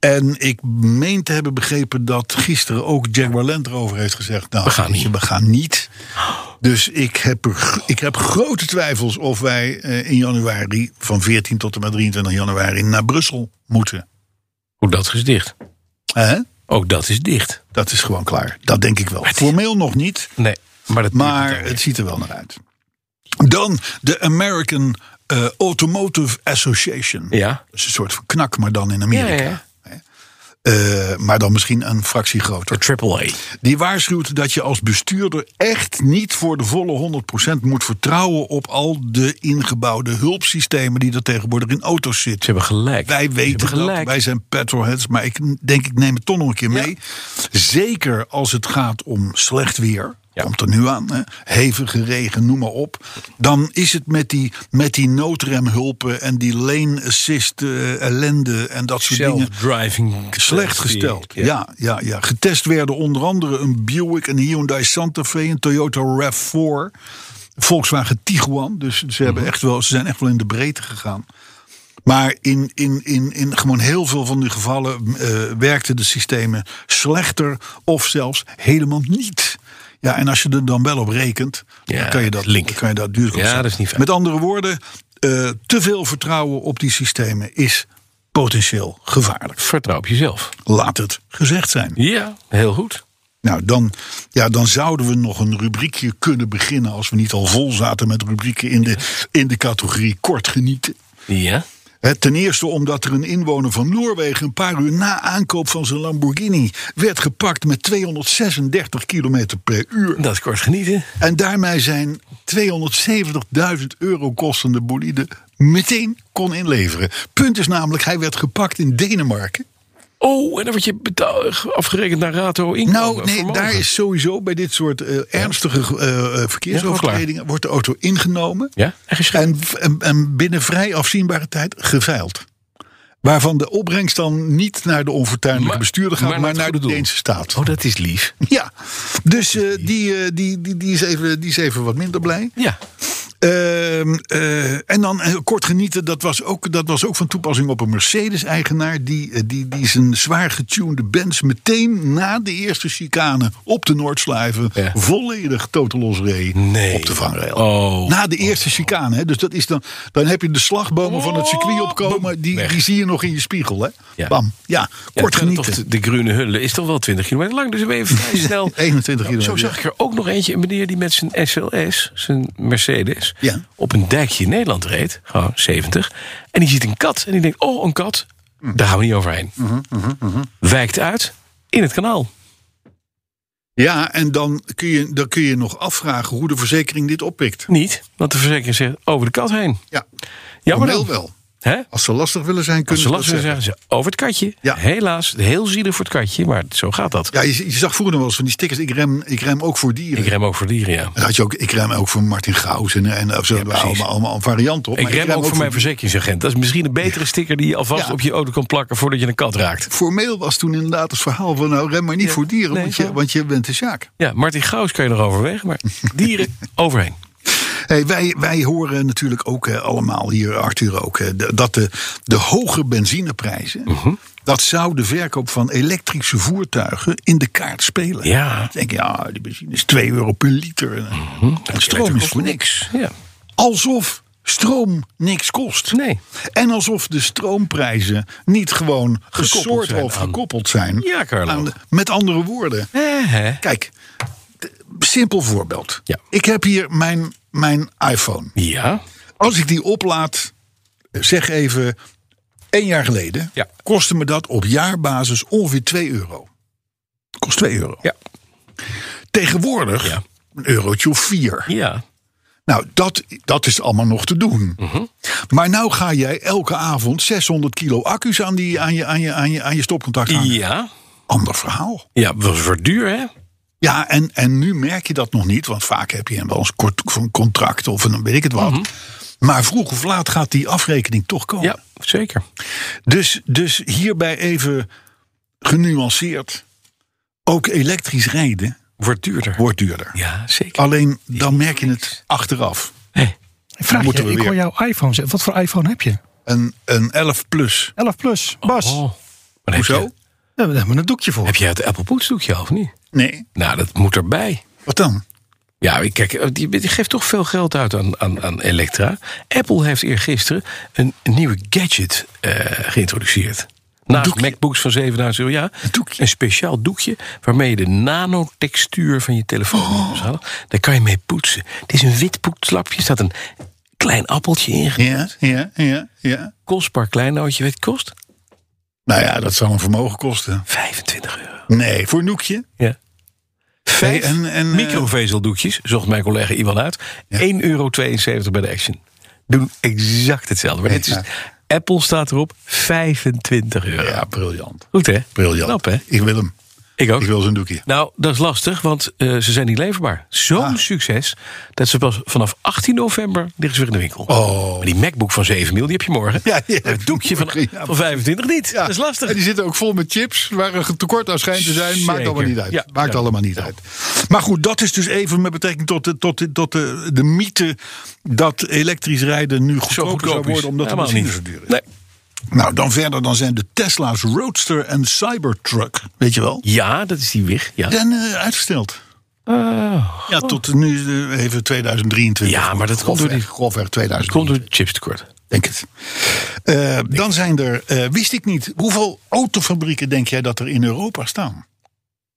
S2: En ik meen te hebben begrepen dat gisteren ook Jaguar Land Rover heeft gezegd... Nou,
S3: We gaan
S2: weet je,
S3: niet.
S2: We gaan niet. Dus ik heb, er gro- ik heb grote twijfels of wij eh, in januari... van 14 tot en met 23 januari naar Brussel moeten.
S3: Ook dat is dicht.
S2: Hè?
S3: Ook dat is dicht.
S2: Dat is gewoon klaar. Dat denk ik wel. Formeel nog niet.
S3: Nee, maar dat
S2: Maar het ziet er wel naar uit. Dan de American eh, Automotive Association.
S3: Ja.
S2: Dat is een soort van knak, maar dan in Amerika.
S3: Ja, ja.
S2: Eh, maar dan misschien een fractie groter.
S3: Triple A.
S2: Die waarschuwt dat je als bestuurder echt niet voor de volle 100% moet vertrouwen op al de ingebouwde hulpsystemen die er tegenwoordig in auto's
S3: Ze
S2: zitten.
S3: hebben gelijk.
S2: Wij
S3: Ze
S2: weten
S3: hebben
S2: dat, wij zijn petrolheads, maar ik denk ik neem het toch nog een keer mee. Zeker als het gaat om slecht weer,
S3: Ja.
S2: komt er nu aan, hè? hevige regen, noem maar op. Dan is het met die, met die noodremhulpen en die lane assist eh, ellende en dat soort dingen
S3: Self-driving.
S2: slecht gesteld. Ja. Ja, ja, Getest werden onder andere een Buick, een Hyundai Santa Fe, een Toyota RAV4, Volkswagen Tiguan. Dus ze,
S3: Mhm.
S2: hebben echt wel, ze zijn echt wel in de breedte gegaan. Maar in, in, in, in gewoon heel veel van die gevallen eh, werkten de systemen slechter of zelfs helemaal niet. Ja, en als je er dan wel op rekent,
S3: Ja,
S2: dan kan je dat,
S3: link.
S2: dan kan je dat duurkoop
S3: Ja,
S2: zetten.
S3: dat is niet fijn.
S2: Met andere woorden, eh, te veel vertrouwen op die systemen is potentieel gevaarlijk
S3: Vertrouw op jezelf.
S2: laat het gezegd zijn.
S3: Ja, heel goed.
S2: Nou, dan, ja, dan zouden we nog een rubriekje kunnen beginnen... als we niet al vol zaten met rubrieken in de, in de categorie kort genieten.
S3: Ja.
S2: Hè, ten eerste omdat er een inwoner van Noorwegen... een paar uur na aankoop van zijn Lamborghini... werd gepakt met 236 km per uur.
S3: Dat is kort genieten.
S2: En daarmee zijn 270.000 euro kostende bolide meteen kon inleveren. Punt is namelijk, hij werd gepakt in Denemarken...
S3: Oh, en dan word je betaal- afgerekend naar rato inkomen.
S2: Nou, nee,
S3: vermogen.
S2: daar is sowieso bij dit soort eh, ernstige eh, eh, verkeersovertredingen wordt de auto ingenomen
S3: Ja, en geschreven.
S2: en, en, en binnen vrij afzienbare tijd geveild. Waarvan de opbrengst dan niet naar de onfortuinlijke
S3: Maar-
S2: bestuurder gaat, maar,
S3: maar naar het
S2: naar de
S3: goede doel.
S2: Deense staat.
S3: Oh, dat is lief.
S2: Ja, dus eh, die, eh, die, die, die, is even, die is even wat minder blij.
S3: Ja.
S2: Eh, Ehm, eh, en dan eh, kort genieten, dat was, ook, dat was ook van toepassing op een Mercedes-eigenaar. Die, eh, die, die zijn zwaar getunede Benz meteen na de eerste chicane op de Noordsluiven.
S3: Ja.
S2: volledig total los reed
S3: Nee.
S2: op de vangrail.
S3: Oh.
S2: Na de eerste chicane. Hè? Dus dat is dan, dan heb je de slagbomen van het circuit opkomen. Die,
S3: Oh. Weg.
S2: die zie je nog in je spiegel. Hè?
S3: Ja.
S2: Bam. Ja,
S3: Ja,
S2: kort
S3: toch
S2: genieten.
S3: de- De Groene Hulle is toch wel 20 kilometer lang. Dus we even vrij snel.
S2: 21
S3: Zo
S2: kilometer,
S3: zag ik er ook nog eentje. Een meneer die met zijn SLS, zijn Mercedes,
S2: Ja.
S3: op een dijkje in Nederland reed. Gewoon 70. En die ziet een kat. En die denkt, oh, een kat.
S2: Mm.
S3: Daar gaan we niet overheen.
S2: Mhm,
S3: Wijkt uit in het kanaal.
S2: Ja, en dan kun, je, dan kun je nog afvragen hoe de verzekering dit oppikt.
S3: Niet, want de verzekering zegt over de kat heen.
S2: Ja,
S3: Jammer
S2: formeel
S3: dan.
S2: wel.
S3: Hè?
S2: Als ze lastig willen zijn,
S3: Als
S2: kunnen
S3: ze
S2: ze
S3: last
S2: dat
S3: willen
S2: zeggen.
S3: zeggen ze over het katje.
S2: Ja.
S3: Helaas, heel zielig voor het katje, maar zo gaat dat.
S2: Ja, je, je zag vroeger nog wel eens van die stickers. Ik rem, ik rem ook voor dieren.
S3: Ik rem ook voor dieren, ja.
S2: En had je ook, ik rem ook voor Martin Gauws en, en zo, daar
S3: precies.
S2: allemaal, allemaal een variant op.
S3: Ik
S2: Maar
S3: rem ook voor mijn verzekeringsagent. Dat is misschien een betere sticker die je alvast
S2: Ja.
S3: op je auto kan plakken voordat je een kat raakt.
S2: Formeel was toen inderdaad het verhaal van nou rem maar niet
S3: Ja.
S2: voor dieren,
S3: Nee,
S2: want, je,
S3: ja.
S2: want je bent de zaak.
S3: Ja, Martin Gauws kan je nog overwegen, maar dieren overheen.
S2: Hey, wij, wij horen natuurlijk ook eh, allemaal hier, Arthur ook, eh, de- dat de, de hoge benzineprijzen,
S3: Mhm.
S2: dat zou de verkoop van elektrische voertuigen in de kaart spelen.
S3: Ja. Mhm.
S2: Dan denk je, ja, die benzine is 2 euro per liter. En, en stroom is
S3: Elektra
S2: voor
S3: kost
S2: niks.
S3: Ja.
S2: Alsof stroom niks kost.
S3: Nee.
S2: En alsof de stroomprijzen niet gewoon gesoord
S3: zijn
S2: of
S3: aan-
S2: gekoppeld zijn.
S3: Ja, Carlo.
S2: aan de- met andere woorden,
S3: Hè, hè.
S2: kijk, d- simpel voorbeeld.
S3: Ja.
S2: Ik heb hier mijn, mijn iPhone.
S3: Ja.
S2: Als ik die oplaad, zeg even, één jaar geleden,
S3: Ja.
S2: kostte me dat op jaarbasis ongeveer 2 euro. Kost 2 euro.
S3: Ja.
S2: Tegenwoordig
S3: Ja.
S2: een eurotje of 4.
S3: Ja.
S2: Nou, dat, dat is allemaal nog te doen.
S3: Mhm.
S2: Maar nou ga jij elke avond 600 kilo accu's aan, die, aan, je, aan, je, aan, je, aan je stopcontact hangen.
S3: Ja.
S2: Ander verhaal.
S3: Ja, dat wordt duur, hè?
S2: Ja, en, en nu merk je dat nog niet. Want vaak heb je hem wel eens kort voor een contract of een weet ik het wat. Maar vroeg of laat gaat die afrekening toch komen.
S3: Mhm. Ja, zeker.
S2: Dus, dus hierbij even genuanceerd. Ook elektrisch rijden
S3: Wordt duurder.
S2: wordt duurder.
S3: Ja, zeker.
S2: Alleen dan merk je het achteraf.
S4: Vraag
S2: moeten
S4: je,
S2: we
S4: ik
S2: weer.
S4: hoor jouw iPhone zeggen. Wat voor iPhone heb je?
S2: Een, een 11 plus.
S4: 11 plus. Bas,
S3: Oh. Maar heb
S2: Hoezo?
S3: Je,
S4: ja, daar hebben we een doekje voor.
S3: heb jij het Apple Poets doekje al, of niet?
S2: Nee.
S3: Nou, dat moet erbij.
S2: Wat dan?
S3: Ja, ik- kijk, eh, die, die geeft toch veel geld uit aan, aan, aan Elektra. Apple heeft eergisteren een nieuwe gadget eh, geïntroduceerd. Naast MacBooks van 7000 euro, ja. Een,
S2: doekje.
S3: speciaal doekje waarmee je de nanotextuur van je telefoon
S2: Oh.
S3: kan halen. Daar kan je mee poetsen. Het is een wit poetslapje. Er staat een klein appeltje in.
S2: Ja, ja, ja, ja.
S3: Kostbaar kleinootje. Weet je wat het kost?
S2: Nou ja, dat zal een vermogen kosten.
S3: 25 euro.
S2: Nee, voor een noekje.
S3: Ja. Vijf
S2: Hey, en- en, eh,
S3: microvezeldoekjes, zocht mijn collega Iwan uit. 1,72 euro bij de Action. Doen exact hetzelfde. Maar dit is,
S2: Ja.
S3: Apple staat erop 25 euro.
S2: Ja, briljant.
S3: Goed hè?
S2: Briljant.
S3: Knap hè?
S2: Ik wil hem.
S3: Ik ook.
S2: Ik wil zo'n doekje.
S3: Nou, dat is lastig, want eh, ze zijn niet leverbaar. Zo'n
S2: Ah.
S3: succes dat ze pas vanaf 18 november liggen ze weer in de winkel.
S2: Oh.
S3: Maar die MacBook van 7 mil, die heb je morgen.
S2: Ja, die heb
S3: Maar het
S2: ik
S3: doekje van,
S2: morgen, ja.
S3: van 25 niet. Dat is lastig.
S2: En die zitten ook vol met chips waar een tekort aan schijnt te zijn. Maakt
S3: Zeker.
S2: allemaal niet uit.
S3: Ja.
S2: Maakt
S3: Ja.
S2: allemaal niet uit. Maar goed, dat is dus even met betrekking tot, de, tot, de, tot de, de mythe dat elektrisch rijden nu goedkoper zou
S3: is.
S2: worden omdat de
S3: Helemaal
S2: benzine
S3: niet.
S2: zo duur is.
S3: Nee.
S2: Nou, dan verder dan zijn de Tesla's Roadster en Cybertruck, weet je wel,
S3: Ja, dat is die weg. Ja.
S2: zijn eh, uitgesteld.
S3: Oh.
S2: Ja, tot nu eh, even 2023.
S3: Ja, maar dat komt door die-
S2: Grofweg- grofweg 2000.
S3: Komt door het chipstekort.
S2: Denk het. Eh, dan zijn er, eh, wist ik niet, hoeveel autofabrieken denk jij dat er in Europa staan?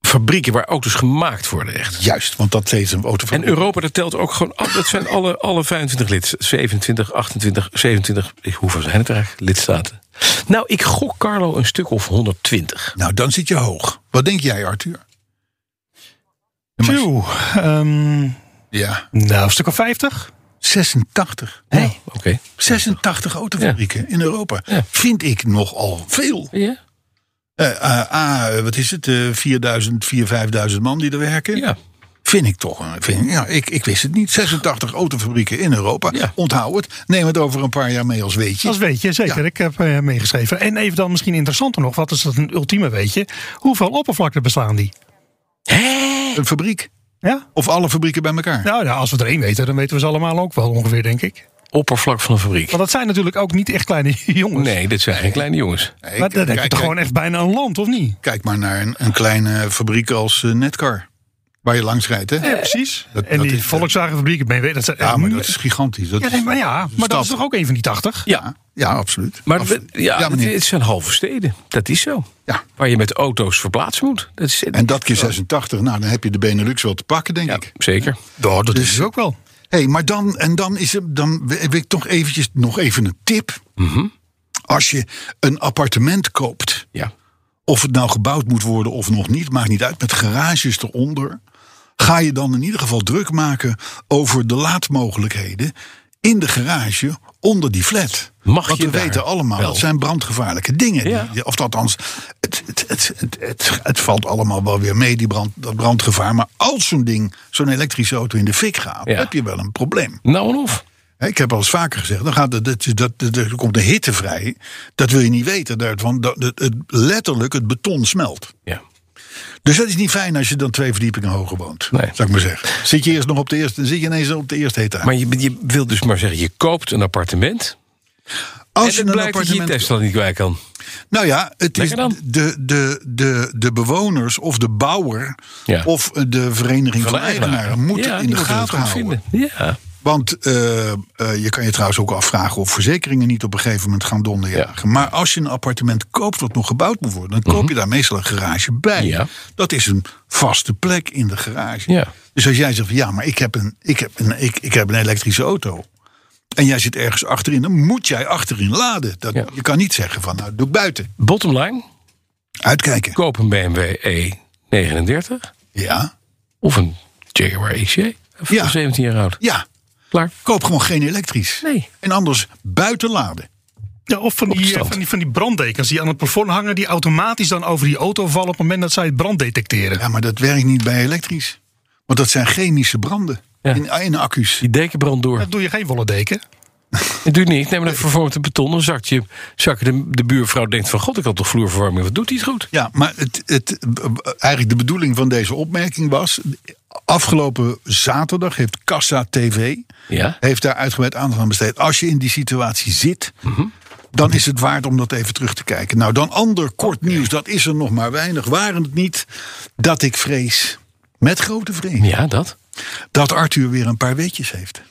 S3: fabrieken waar auto's gemaakt worden, echt.
S2: Juist, want dat lezen een autofabriek.
S3: En Europa, dat telt ook gewoon. af. Dat zijn alle, alle 25 lid. 27, 28, 27. ik- Hoeveel zijn het er eigenlijk? Lidstaten. Nou, ik gok Carlo een stuk of 120.
S2: Nou, dan zit je hoog. Wat denk jij, Arthur?
S4: Tjoe, ehm,
S2: Ja,
S4: nou, een stuk of 50.
S2: 86.
S3: Oké.
S2: 86 autofabrieken in Europa.
S3: Ja.
S2: Vind ik nogal veel.
S3: Ja?
S2: Eh eh, ah, eh, wat is het? eh 4000, 4000, 5000 man die er werken.
S3: Ja.
S2: Vind ik toch. een- Vind, ja, ik, ik wist het niet. 86 autofabrieken in Europa.
S3: Ja.
S2: Onthoud het. Neem het over een paar jaar mee als weetje.
S4: Dat weet je, zeker.
S2: Ja.
S4: Ik heb eh, meegeschreven. En even dan misschien interessanter nog, wat is dat een ultieme weetje? Hoeveel oppervlakte beslaan die?
S2: Een fabriek.
S4: Ja?
S2: Of alle fabrieken bij elkaar?
S4: Nou, nou, als we er één weten, dan weten we ze allemaal ook wel ongeveer, denk ik.
S3: Oppervlak van een fabriek.
S4: Want dat zijn natuurlijk ook niet echt kleine jongens.
S3: Nee, dit zijn geen kleine jongens.
S2: Nee,
S4: Maar dan heb je
S2: kijk,
S4: toch
S2: kijk-
S4: gewoon echt bijna een land, of niet?
S2: kijk maar naar een, een kleine fabriek als eh, Netcar. Waar je langs rijdt, hè?
S4: Ja, precies.
S2: dat-
S4: en
S2: dat
S4: die
S2: is- eh,
S4: Volkswagenfabriek, BMW, dat zijn
S2: Ja,
S4: echt
S2: maar
S4: me-
S2: dat is gigantisch. Dat
S4: Ja,
S2: is-
S4: nee, maar, ja, maar dat
S2: stad.
S4: is toch ook een van die 80?
S2: Ja, ja absoluut.
S3: Maar
S2: Absoluut.
S3: we- ja,
S2: meneer.
S3: het, het zijn halve steden. Dat is zo.
S2: Ja.
S3: Waar je met auto's verplaatsen moet. Dat is,
S2: En dat keer 86, nou, dan heb je de Benelux wel te pakken, denk
S3: ja, Nou,
S2: ik. Dus-
S3: zeker.
S4: Ja, dat is ook wel.
S2: hey, maar dan, en dan, is het, dan heb ik toch eventjes nog even een tip.
S3: Mhm.
S2: Als je een appartement koopt,
S3: Ja.
S2: of het nou gebouwd moet worden of nog niet, maakt niet uit, met garages eronder, ga je dan in ieder geval druk maken over de laadmogelijkheden in de garage onder die flat.
S3: Mag
S2: Want
S3: je
S2: we
S3: daar
S2: weten allemaal,
S3: wel?
S2: dat zijn brandgevaarlijke dingen. die-
S3: Ja.
S2: die- of althans, het, het, het, het, het, het valt allemaal wel weer mee, die brand, dat brandgevaar. Maar als zo'n ding, zo'n elektrische auto in de fik gaat,
S3: Ja.
S2: heb je wel een probleem.
S3: Nou en of.
S2: Hè, Ik heb al eens vaker gezegd, dan gaat de, dat dat, dat- er komt de hitte vrij. Dat wil je niet weten, daarvan, dat, dat- het, letterlijk het beton smelt.
S3: Ja.
S2: Dus dat is niet fijn als je dan twee verdiepingen hoger woont.
S3: Nee.
S2: Zou ik maar zeggen. Zit je eerst nog op de eerste, dan zit je ineens op de eerste etage.
S3: Maar je, je wilt dus maar zeggen, je koopt een appartement.
S2: als
S3: en het blijkt dat je je Tesla niet kwijt kan.
S2: Nou ja, het is
S3: Lekker dan.
S2: de, de, de, de bewoners of de bouwer
S3: Ja.
S2: of de vereniging van,
S3: Van de eigenaar.
S2: eigenaren moeten
S3: Ja,
S2: in
S3: die
S2: de
S3: moeten dat
S2: gaten
S3: goed
S2: houden.
S3: vinden. Ja.
S2: Want eh, eh, je kan je trouwens ook afvragen of verzekeringen niet op een gegeven moment gaan donderjagen. Maar als je een appartement koopt wat nog gebouwd moet worden, dan koop je daar meestal een garage bij.
S3: Mhm. Ja.
S2: Dat is een vaste plek in de garage.
S3: Ja.
S2: Dus als jij zegt, van, ja, maar ik heb een, ik heb een, ik, ik heb een elektrische auto. En jij zit ergens achterin, dan moet jij achterin laden. Dat,
S3: Ja.
S2: Je kan niet zeggen van, nou, doe ik buiten.
S3: Bottom line,
S2: Uitkijken.
S3: koop een BMW E39
S2: Ja.
S3: E of een Jaguar XJ. Van
S2: Ja.
S3: 17 jaar oud.
S2: Ja.
S3: Klaar.
S2: Koop gewoon geen elektrisch.
S3: Nee.
S2: En anders buiten laden.
S4: Ja, of van die, eh,
S3: Opstand.
S4: van, die, van die branddekens die aan het plafond hangen, die automatisch dan over die auto vallen op het moment dat zij het brand detecteren.
S2: Ja, maar dat werkt niet bij elektrisch. Want dat zijn chemische branden
S3: Ja.
S2: in, in accu's.
S3: Die deken brandt door.
S4: Dat doe je geen wolle deken.
S3: Het doet niet. Nee, maar dan vervormt het beton. Dan zakt je, zakken de, de buurvrouw denkt van... God, ik had toch vloerverwarming. Wat doet hij het goed?
S2: Ja, maar het, het, eigenlijk de bedoeling van deze opmerking was... afgelopen zaterdag heeft Kassa TV...
S3: Ja.
S2: heeft daar uitgebreid aandacht aan besteed. Als je in die situatie zit...
S3: Mhm.
S2: Dan is het waard om dat even terug te kijken. Nou, dan ander kort nieuws. Dat is er nog maar weinig. Waren het niet dat ik vrees, met grote vrees...
S3: Ja, dat.
S2: dat Arthur weer een paar weetjes heeft.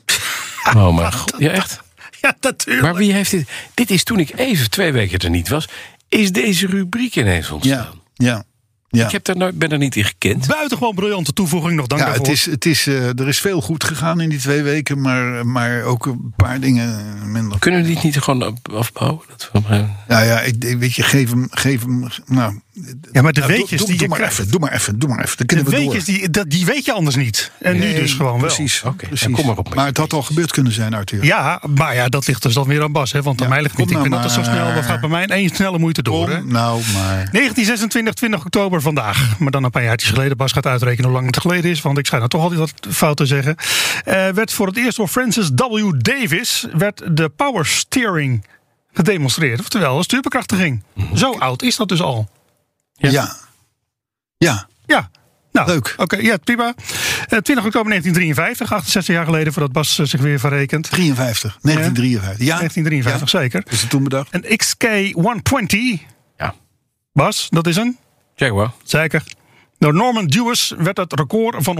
S3: Oh, mijn god. Ja, echt.
S4: Ja, natuurlijk.
S3: Maar wie heeft dit... Dit is toen ik even twee weken er niet was... is deze rubriek ineens
S2: Ja,
S3: ontstaan.
S2: ja, ja.
S3: Ik heb daar nooit, ben er niet in gekend.
S4: Buitengewoon briljante toevoeging nog, dank
S2: Ja,
S4: daarvoor.
S2: het is, het is, eh, er is veel goed gegaan in die twee weken, maar, maar ook een paar dingen minder.
S3: Kunnen we dit niet gewoon op- afbouwen? Dat we,
S2: Nou ja, ik, ik- weet je, geef hem, geef hem, nou,
S4: ja, maar de
S2: nou,
S4: weetjes
S2: doe,
S4: die
S2: doe
S4: je
S2: maar
S4: krijgt,
S2: even, doe maar even, doe maar even. Dan
S4: de
S2: kunnen we door.
S4: weetjes die, dat, die weet je anders niet. En nu dus gewoon wel.
S2: Precies,
S3: Oké,
S2: precies.
S3: dan kom maar op met
S2: Maar
S3: je
S2: het had al gebeeld kunnen zijn, Arthur.
S4: Ja, maar ja, dat ligt dus dan weer aan Bas. Hè? Want aan
S2: Ja,
S4: mij ligt
S2: kom
S4: niet. Ik
S2: nou
S4: ben altijd zo
S2: maar.
S4: snel. Dat gaat bij mij in één snelle moeite door. hè?
S2: Kom nou maar.
S4: 1926, 20 oktober vandaag. Maar dan een paar jaartjes geleden. Bas gaat uitrekenen hoe lang het geleden is. Want ik schijn nou toch altijd wat fout te zeggen. Eh, werd voor het eerst door Francis W. Davis... werd de power steering gedemonstreerd. Oftewel, een stuurbekrachtiging. Zo oud is dat dus al.
S2: Ja. ja.
S4: Ja. Nou,
S2: Leuk.
S4: Oké, ja, prima. Eh, 20 oktober 1953, 68 jaar geleden voordat Bas eh, zich weer verrekent.
S2: 53, 1953. Ja,
S4: 1953, zeker.
S2: is het toen bedacht?
S4: Een XK120,
S3: ja.
S4: Bas, dat is een?
S3: Jaguar.
S4: Zeker. Door Norman Dewis werd het record van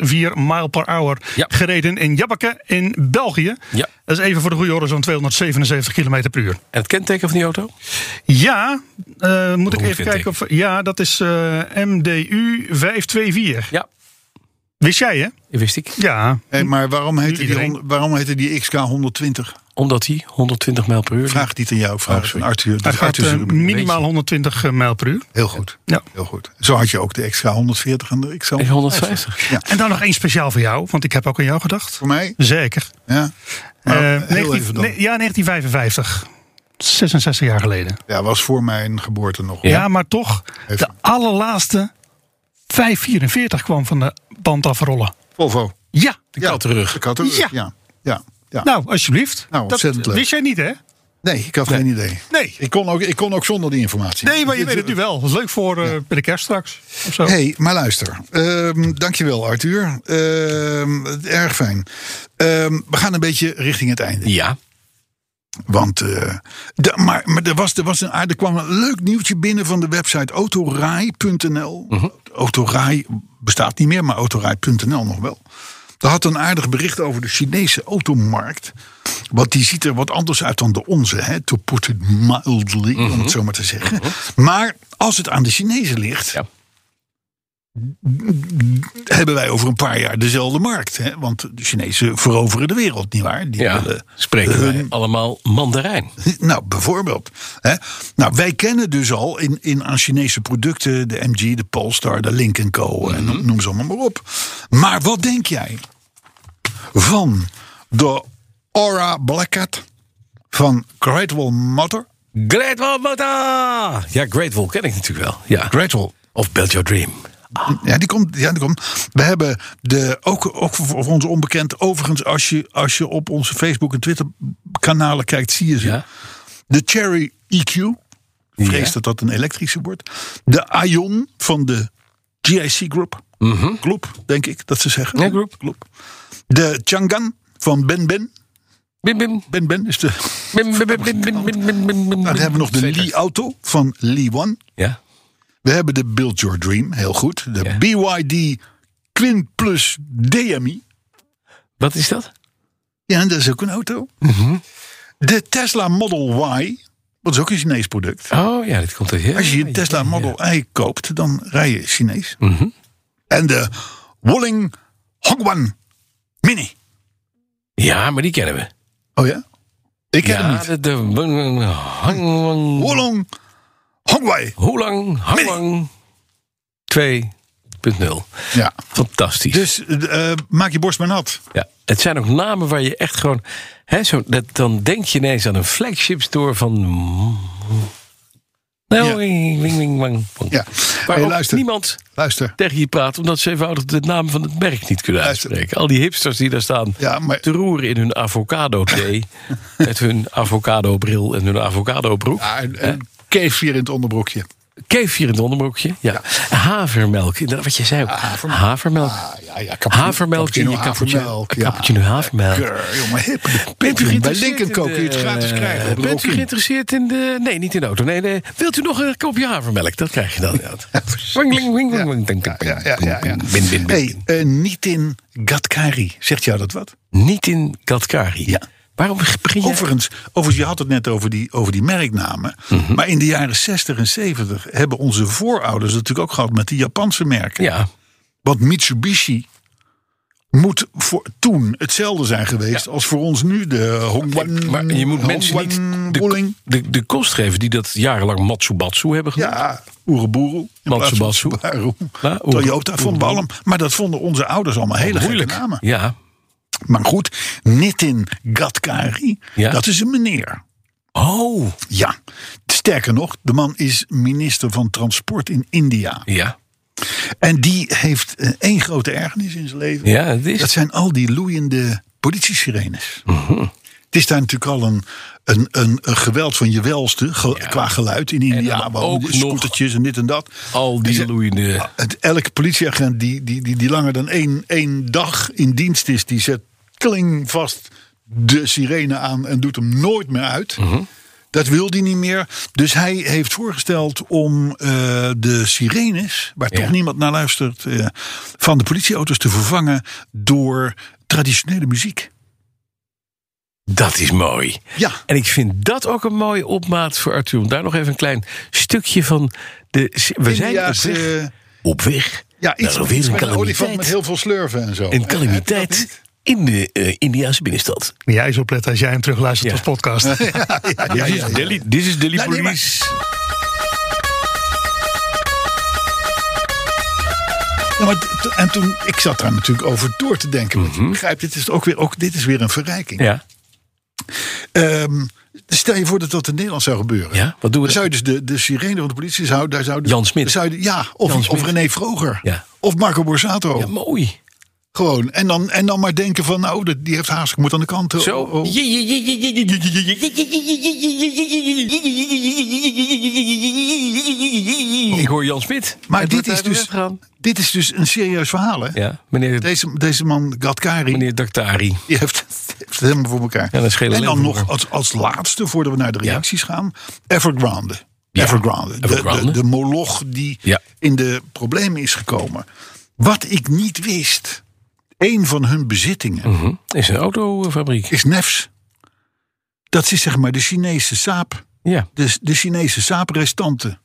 S4: 172,4 mile per hour
S3: Ja.
S4: gereden in Jabbeke in België.
S3: Ja.
S4: Dat is even voor de goede orde zo'n 277 km per uur.
S3: En het kenteken van die auto?
S4: Ja, eh, moet ik
S3: Beroemd
S4: even kijken of... Ja, dat is eh, MDU 524.
S3: Ja.
S4: Wist jij, hè?
S3: Dat wist ik.
S4: Ja,
S2: Hé, maar waarom heette, die,
S4: Iedereen.
S2: hond- waarom heette die XK120?
S3: Omdat hij 120 mijl per uur...
S2: Vraag niet aan jou, vraag
S3: Oh,
S2: aan Arthur. Dat
S4: hij
S2: is
S4: gaat
S2: Arthur's
S4: eh,
S2: rubriek.
S4: minimaal 120 mijl per uur.
S2: Heel goed.
S4: Ja.
S2: Heel goed. Zo had je ook de XK140 en de
S3: Is
S2: XK150.
S3: 150.
S4: En dan nog één speciaal voor jou, want ik heb ook aan jou gedacht.
S2: Voor mij?
S4: Zeker.
S2: Ja.
S4: Eh,
S2: Maar heel
S4: 19
S2: even dan.
S4: nee, ja, 1955. 66 jaar geleden.
S2: Ja, was voor mijn geboorte nog.
S4: Ja, maar toch,
S2: Even.
S4: de allerlaatste 544 kwam van de band afrollen.
S2: Volvo.
S4: Ja,
S2: De ja,
S3: kattenrug.
S2: De kattenrug,
S4: Ja.
S2: ja. ja. ja.
S4: nou, alsjeblieft.
S2: Nou, ontzettend
S4: dat
S2: leuk.
S4: wist jij niet, hè?
S2: Nee, ik had geen idee.
S4: Nee.
S2: Ik kon ook, ik kon ook zonder die informatie.
S4: Nee, maar je
S2: Dit-
S4: weet het nu wel. Dat is leuk voor eh, bij de kerst straks. Of zo.
S2: hey, maar luister. Ehm dankjewel, Arthur. Ehm, erg fijn. Ehm, we gaan een beetje richting het einde.
S3: Ja.
S2: Want, eh, de- maar, maar er, was, er, was een, aard- er kwam een leuk nieuwtje binnen van de website autoraai.nl.
S3: Mhm.
S2: Autoraai bestaat niet meer, maar autoraai.nl nog wel. Daar had een aardig bericht over de Chinese automarkt. Want die ziet er wat anders uit dan de onze, hè? to put it mildly,
S3: Mhm.
S2: om het zo maar te zeggen. Maar als het aan de Chinezen ligt,
S3: Ja.
S2: hebben wij over een paar jaar dezelfde markt. Hè? Want de Chinezen veroveren de wereld, nietwaar? Die
S3: ja.
S2: willen
S3: Spreken
S2: hun
S3: wij allemaal Mandarijn.
S2: nou, bijvoorbeeld. Hè? Nou, wij kennen dus al in, in aan Chinese producten de MG, de Polestar, de Lincoln Co. en noem, noem ze allemaal maar op. Maar wat denk jij van de Aura Black Cat van Greatwall Motor?
S3: Great Wall Mata! Ja, Great Wall ken ik natuurlijk wel. Ja.
S2: Greatwall.
S3: Of Build Your Dream.
S2: Ja, die komt. Ja, die komt. We hebben de, ook, ook voor voor ons onbekend. Overigens, als je, als je op onze Facebook en Twitter kanalen kijkt, zie je ze.
S3: Ja.
S2: De Cherry EQ. vrees dat dat een elektrische wordt. De Ion van de GIC Group. Groep, denk ik dat ze zeggen.
S3: Mhm. Ja, groep.
S2: Groep. De Chang'an van Ben Ben.
S3: Bim, bim.
S2: Ben Ben is de.
S3: Bim, bim, bim, bim, bim, bim, bim, bim, bim.
S2: Nou, dan hebben we nog de Li Auto van Li One.
S3: Ja.
S2: We hebben de Build Your Dream, heel goed. De
S3: Ja.
S2: BYD Quin Plus DMI.
S3: Wat is dat?
S2: Ja, en dat is ook een auto. De Tesla Model Y. Dat is ook een Chinees product.
S3: Oh ja, dit komt er heel...
S2: Als je een Tesla Model Y koopt, dan rij je Chinees. En de Wolling Hongwan Mini.
S3: Ja, maar die kennen we.
S2: Oh ja? Ik ken hem
S3: ja,
S2: niet.
S3: De, de, hang,
S2: Wolong Hongwei.
S3: hoe lang? Hang, lang. 2.0.
S2: Ja.
S3: Fantastisch.
S2: Dus eh, eh, maak je borst maar nat.
S3: Ja, het zijn ook namen waar je echt gewoon. Hè, zo, dat, dan denk je ineens aan een flagship store van. Nou,
S2: Ja.
S3: wing, wing, wing, wang, wang.
S2: Ja.
S3: Waar
S2: Hey,
S3: ook
S2: luister.
S3: niemand
S2: Luister.
S3: tegen je praat, omdat ze eenvoudig de naam van het merk niet kunnen
S2: Luister.
S3: uitspreken. Al die hipsters die daar staan
S2: Ja, maar-
S3: te roeren in hun avocado thee. met hun avocado bril en hun avocado broek.
S2: Ja, een een keef hier in het onderbroekje.
S3: Kefir in het onderbroekje. Ja. Havermelk. Inderdaad, wat je zei ook. havermelk.
S2: Ah, ja, ja, cappuccino-
S3: Havermelk in je cappuccino.
S2: ja.
S3: Cappuccino havermelk.
S2: Lekker, jongen, hip.
S3: Bent u
S2: Jongen, Bij
S3: geïnteresseerd
S2: Lincoln
S3: in eh,
S2: Co kun
S3: de-
S2: je het eh, gratis krijgen. op de
S3: Bent u
S2: walk-in.
S3: geïnteresseerd in de... Nee, niet in de auto. Nee, nee. Wilt u nog een kopje havermelk? Dat krijg je dan. Ja, Wing, wing, wing, wing, wing, ding, ding,
S2: Ja, ja, ja. ja.
S3: Bin, bin, bin,
S2: Hey,
S3: bin.
S2: eh, niet in Gadkari. Zegt jou dat wat?
S3: Niet in Katkari.
S2: Ja.
S3: Waarom begin je...
S2: Overigens, overigens, je had het net over die, over die merknamen.
S3: Mhm.
S2: Maar in de jaren 60 en 70 hebben onze voorouders het natuurlijk ook gehad met die Japanse merken.
S3: Ja,
S2: Want Mitsubishi moet voor toen hetzelfde zijn geweest als voor ons nu de Hongwan.
S3: maar je moet mensen niet de,
S2: Woeling.
S3: de, de kost geven die dat jarenlang Matsubatsu hebben gedaan.
S2: Ja, Oeruboeru. in plaats van
S3: Matsubatsu.
S2: Subaru.
S3: Ja, Oeru-
S2: Toyota vonden we allemaal. Maar dat vonden onze ouders allemaal hele gekke
S3: Moeilijk.
S2: namen.
S3: Ja.
S2: Maar goed, Nitin Gadkari,
S3: Ja.
S2: dat is een meneer.
S3: Oh.
S2: Ja, sterker nog, de man is minister van Transport in India.
S3: Ja.
S2: En die heeft eh, één grote ergernis in zijn leven.
S3: Ja, het is...
S2: Dat zijn al die loeiende politiesirenes.
S3: Mhm.
S2: Het is daar natuurlijk al een, een, een, een geweld van je welste ge- qua geluid in India.
S3: dan
S2: waar
S3: ook
S2: de
S3: nog
S2: scootertjes en dit en dat.
S3: Al
S2: En
S3: die
S2: ze-
S3: loeiende...
S2: Ah, het, elke politieagent die, die, die, die langer dan één, één dag in dienst is, die zet kling vast de sirene aan en doet hem nooit meer uit.
S3: Mhm.
S2: Dat wil hij niet meer. Dus hij heeft voorgesteld om eh, de sirenes, waar
S3: Ja.
S2: toch niemand naar luistert, eh, van de politieauto's te vervangen door traditionele muziek.
S3: Dat is mooi.
S2: Ja.
S3: En ik vind dat ook een mooie opmaat voor Arthur. Om daar nog even een klein stukje van de. We zijn op
S2: India's,
S3: weg.
S2: eh,
S3: op weg.
S2: ja, iets
S3: naar
S2: met,
S3: weer
S2: iets
S3: een
S2: met een olifant met
S3: calamiteit.
S2: heel veel slurven en zo.
S3: Een
S2: Eh, heb je
S3: calamiteit in de eh, Indiaanse binnenstad.
S4: Maar jij is opletten als jij hem terugluistert
S3: Ja.
S4: als podcast.
S2: dat niet? Ja, ja, ja,
S3: dus
S2: ja.
S3: Dit is Delhi
S2: Nou, nee, maar-
S3: Police.
S2: Ja, maar t- en toen, ik zat daar natuurlijk over door te denken. want je Begrijp, dit is, ook weer, ook, dit is weer een verrijking.
S3: Mhm. Ja,
S2: Ehm, stel je voor dat dat in Nederland zou gebeuren.
S3: ja, wat doen we
S2: Dan zou
S3: dan?
S2: je dus de, de sirene van de politie zou, daar zou
S3: Jan Smit.
S2: zou je- ja, of,
S3: Jan Smit.
S2: of René Vroger.
S3: Ja.
S2: Of Marco Borsato.
S3: Ja, mooi.
S2: Gewoon. En dan, en dan maar denken van, nou, dat- die heeft haast, ik moet aan de kant. Oh,
S3: Zo.
S2: oh.
S3: Ik hoor Jan Smit.
S2: Maar
S3: Het
S2: dit
S3: wordt
S2: is,
S3: uit de
S2: dus,
S3: weg gaan.
S2: dit is dus een serieus verhaal, hè?
S3: Ja, meneer,
S2: Deze, deze man, Gadkari,
S3: meneer Daktari.
S2: die heeft, die heeft het helemaal voor elkaar.
S3: Ja, dat is geen
S2: en dan
S3: leven
S2: nog
S3: voor.
S2: als, als laatste, voordat we naar de reacties gaan, Evergrande. Evergrande. De,
S3: Evergrande.
S2: de, de moloch die
S3: Ja.
S2: in de problemen is gekomen. Wat ik niet wist, een van hun bezittingen
S3: Mhm. Is een autofabriek.
S2: is nefs. Dat is zeg maar de Chinese saap.
S3: Ja.
S2: De, de Chinese saaprestanten.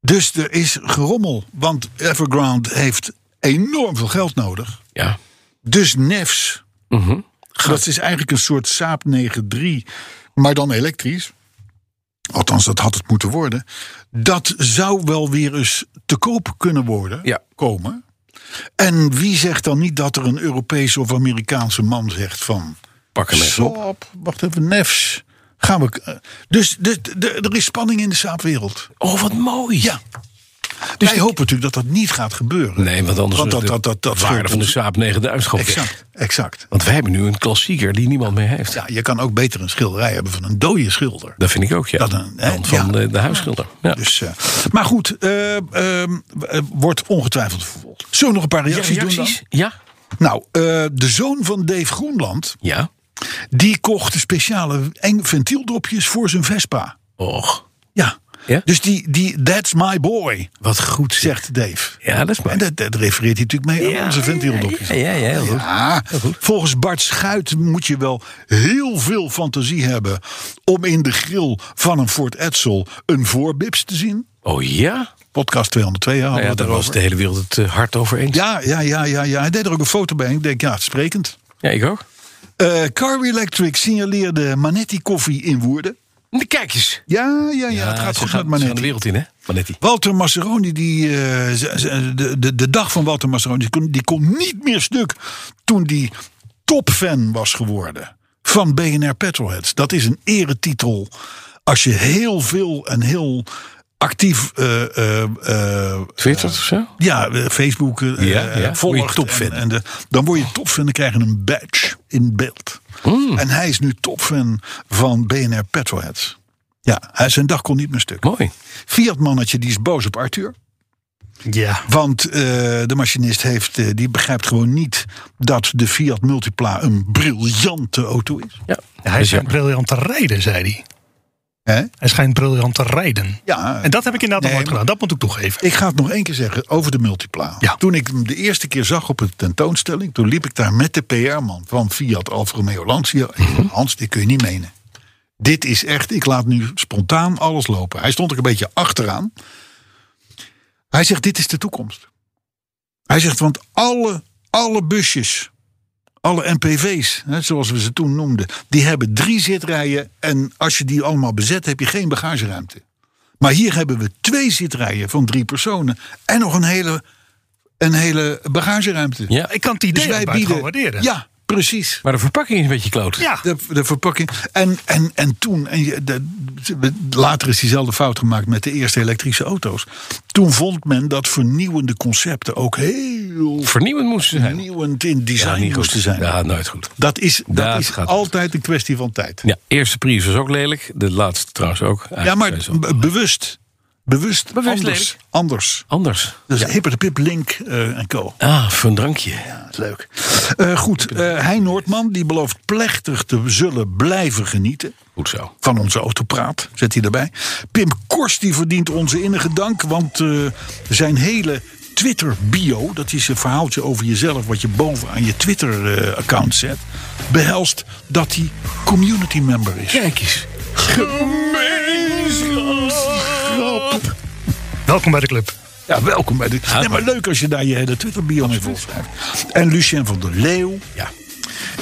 S2: Dus er is gerommel. Want Evergrande heeft enorm veel geld nodig.
S3: Ja.
S2: Dus nefs.
S3: Mhm.
S2: Dat is eigenlijk een soort Saab 9-3, maar dan elektrisch. Althans, dat had het moeten worden. Dat zou wel weer eens te koop kunnen worden,
S3: Ja.
S2: komen. En wie zegt dan niet dat er een Europese of Amerikaanse man zegt van...
S3: Pak hem even op.
S2: Saab, wacht even, nefs. Gaan we, eh, dus de, de- de- er is spanning in de Saab-wereld.
S3: Oh, wat mooi.
S2: Ja. Wij hopen natuurlijk dat dat niet gaat gebeuren.
S3: Dus Nee, want anders
S2: Want dat-
S3: de
S2: dat- dat- dat
S3: waarde
S2: scheelt
S3: van de
S2: ons.
S3: Saab 9000 gewoon weg.
S2: Exact, exact.
S3: Want wij hebben nu een klassieker die niemand meer heeft.
S2: Ja, je kan ook beter een schilderij hebben van een dode schilder.
S3: Dat vind ik ook, ja.
S2: Dat een- hè,
S3: Dan van
S2: ja.
S3: de, de huisschilder. Ja.
S2: Dus, eh, maar goed, eh, ehm, eh, wordt ongetwijfeld vervolgd. Zullen we nog een paar
S3: Ja,
S2: reacties,
S3: reacties? Ja.
S2: doen dan? Nou, eh, de zoon van Dave Groenland...
S3: Ja.
S2: die kocht speciale eng- ventieldopjes voor zijn Vespa.
S3: Och,
S2: Ja.
S3: Ja?
S2: Dus die, die, that's my boy,
S3: wat goed zeg.
S2: zegt Dave.
S3: Ja, dat is mooi.
S2: En dat, dat refereert hij natuurlijk mee aan onze ventieldopjes.
S3: Ja, ja, ja, heel goed.
S2: Ja, volgens Bart Schuit moet je wel heel veel fantasie hebben... om in de grill van een Ford Edsel een voorbips te zien.
S3: Oh ja?
S2: Podcast 202 hadden
S3: Nou
S2: we
S3: ja,
S2: het
S3: daar was
S2: erover.
S3: de hele wereld het eh, hard over eens.
S2: Ja, ja, ja, ja, ja. Hij deed er ook een foto bij. Ik denk, ja, sprekend.
S3: Ja, ik ook.
S2: Eh Car Electric signaleerde Manetti koffie in Woerden.
S3: Kijk eens.
S2: Ja, ja, ja. het gaat
S3: ze
S2: goed met
S3: gaan- ze gaan de
S2: Manetti.
S3: wereld in, hè? Manetti.
S2: Walter Masseroni, die, eh, z- z- de, de, de dag van Walter Masseroni, die kon, die kon niet meer stuk toen die topfan was geworden van BNR Petrolheads. Dat is een eretitel als je heel veel en heel actief eh, eh, eh,
S3: Twitter of zo?
S2: Ja, eh, Facebook, eh
S3: Ja,
S2: eh,
S3: ja.
S2: volgt
S3: Word je topfan.
S2: En, en de, dan word je topfan en krijg je een badge in beeld.
S3: Hmm.
S2: En hij is nu topfan van BNR Petrolheads. Ja, hij, zijn dag kon niet meer stuk.
S3: Mooi.
S2: Fiat-mannetje die is boos op Arthur.
S4: Ja.
S2: Want eh, de machinist heeft, eh, die begrijpt gewoon niet dat de Fiat Multipla een briljante auto is.
S3: Dus Ja.
S4: Hij
S3: is
S4: schijnt
S3: jammer.
S4: briljant te rijden, zei hij.
S2: Hè? Ah,
S4: Hij schijnt briljant te rijden.
S2: Ja,
S4: En dat heb ik
S2: Nee,
S4: inderdaad nog nooit gedaan. Dat moet ik toegeven.
S2: Ik ga het nog één keer zeggen over de Multipla.
S4: Ja.
S2: Toen ik hem de eerste keer zag op een tentoonstelling, toen liep ik daar met de PR-man van Fiat Alfa Romeo Lancia. Ik zei, Hans, dit kun je niet menen. Dit is echt, ik laat nu spontaan alles lopen. Hij stond ook een beetje achteraan. Hij zegt, dit is de toekomst. Hij zegt, want alle, alle busjes, alle NPV's, hè, zoals we ze toen noemden, die hebben drie zitrijen. En als je die allemaal bezet, heb je geen bagageruimte. Maar hier hebben we twee zitrijen van drie personen. En nog een hele, een hele bagageruimte.
S3: Ja.
S4: Ik kan het idee dus buitengewoon waarderen.
S2: Ja, precies.
S3: Maar de verpakking is een beetje kloot.
S4: ja.
S2: Ah. De, de verpakking. En, en, en toen, en je- de, later is diezelfde fout gemaakt met de eerste elektrische auto's. Toen vond men dat vernieuwende concepten ook heel
S3: Vernieuwend moest ze zijn.
S2: vernieuwend in
S3: Ja,
S2: design
S3: niet
S2: moesten
S3: goed.
S2: zijn.
S3: Ja, nooit goed.
S2: Dat is, dat
S3: Ja, het
S2: is
S3: gaat-
S2: altijd een kwestie van tijd.
S3: Ja, eerste prijs was ook lelijk. De laatste trouwens ook.
S2: Ja,
S3: Eigenlijk
S2: maar
S3: is wel
S2: be- bewust. Bewust,
S3: Bewust
S2: anders.
S3: lelijk.
S2: anders.
S3: Anders.
S2: Dus hipper de pip, Link eh, en co.
S3: Ah, voor een drankje.
S2: Leuk. Eh, goed, eh Hein Noordman die belooft plechtig te zullen blijven genieten.
S3: Goed zo.
S2: Van onze autopraat, zet hij erbij. Pim Kors die verdient onze innige dank. Want eh, zijn hele Twitter-bio, dat is een verhaaltje over jezelf... wat je bovenaan je Twitter-account zet... behelst dat hij community member is.
S3: Kijk eens.
S4: Welkom bij de club.
S2: Ja, welkom bij de... Nee, maar leuk als je daar je hele Twitter-bio mee volschrijft. En Lucien van der Leeuw,
S3: Ja.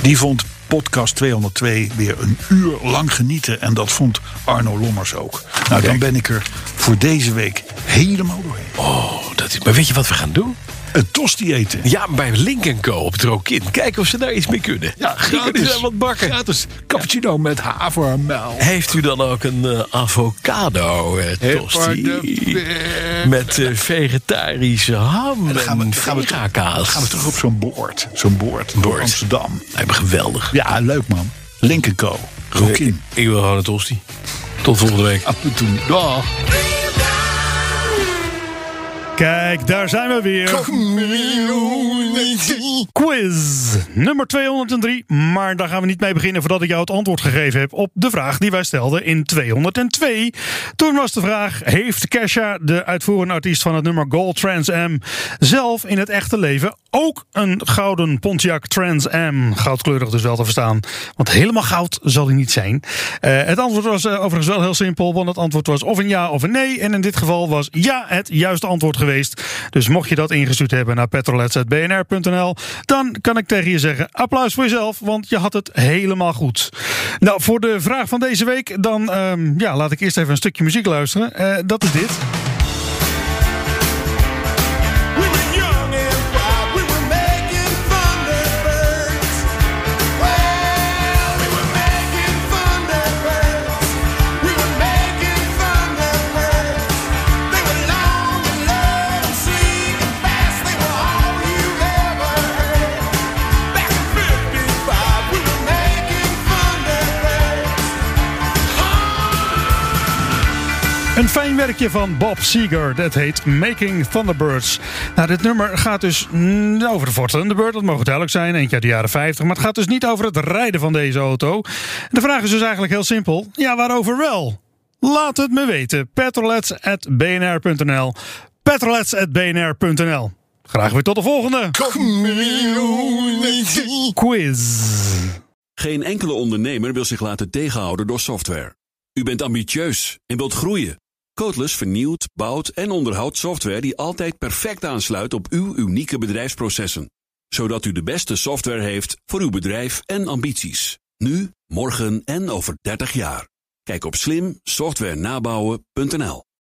S2: Die vond podcast 202 weer een uur lang genieten. En dat vond Arno Lommers ook. Nou, dan ben ik er voor deze week helemaal doorheen.
S3: Oh, dat is... Maar weet je wat we gaan doen?
S2: Een tosti eten.
S3: Ja, bij Lincoln Co. op het Rokin. Kijken of ze daar iets mee kunnen.
S2: Ja,
S3: Die
S2: gratis.
S3: zijn wat bakken.
S2: Gratis. Cappuccino met havermelk.
S3: Heeft u dan ook een eh, avocado eh, tosti? Met eh, vegetarische ham en,
S2: Dan gaan we, dan gaan we, terug- dan
S3: vegakaas.
S2: gaan we terug op zo'n boord. Zo'n boord. Door
S3: Boord.
S2: Amsterdam.
S3: Lijkt me geweldig.
S2: Ja, leuk man. Lincoln Co.
S3: Ik,
S2: Rokin.
S3: ik wil gewoon een tosti. Tot volgende week.
S2: Af en toe. Dag.
S4: Kijk, daar zijn we weer. Quiz nummer 203. Maar daar gaan we niet mee beginnen voordat ik jou het antwoord gegeven heb op de vraag die wij stelden in 202. Toen was de vraag: Heeft Kesha, de uitvoerende artiest van het nummer Gold Trans Am, zelf in het echte leven ook een gouden Pontiac Trans Am? Goudkleurig dus wel te verstaan. Want helemaal goud zal hij niet zijn. Eh, het antwoord was eh, overigens wel heel simpel, want het antwoord was of een ja of een nee. En in dit geval was ja het juiste antwoord geweest. Dus mocht je dat ingestuurd hebben naar petrolets.bnr.nl, dan kan ik tegen je zeggen: applaus voor jezelf, want je had het helemaal goed. Nou, voor de vraag van deze week, dan ehm, ja, laat ik eerst even een stukje muziek luisteren. Eh, dat is dit. Een fijn werkje van Bob Seger. Dat heet Making Thunderbirds. Nou, dit nummer gaat dus mm, over de Ford Thunderbird. Dat mogen duidelijk zijn. Eentje uit de jaren 50. Maar het gaat dus niet over het rijden van deze auto. De vraag is dus eigenlijk heel simpel. Ja, waarover wel? Laat het me weten. petrolets.bnr.nl petrolets.bnr.nl Graag weer tot de volgende. Quiz.
S5: Geen enkele ondernemer wil zich laten tegenhouden door software. U bent ambitieus en wilt groeien. Codeless vernieuwt, bouwt en onderhoudt software die altijd perfect aansluit op uw unieke bedrijfsprocessen. Zodat u de beste software heeft voor uw bedrijf en ambities. Nu, morgen en over 30 jaar. Kijk op slimsoftwarenabouwen.nl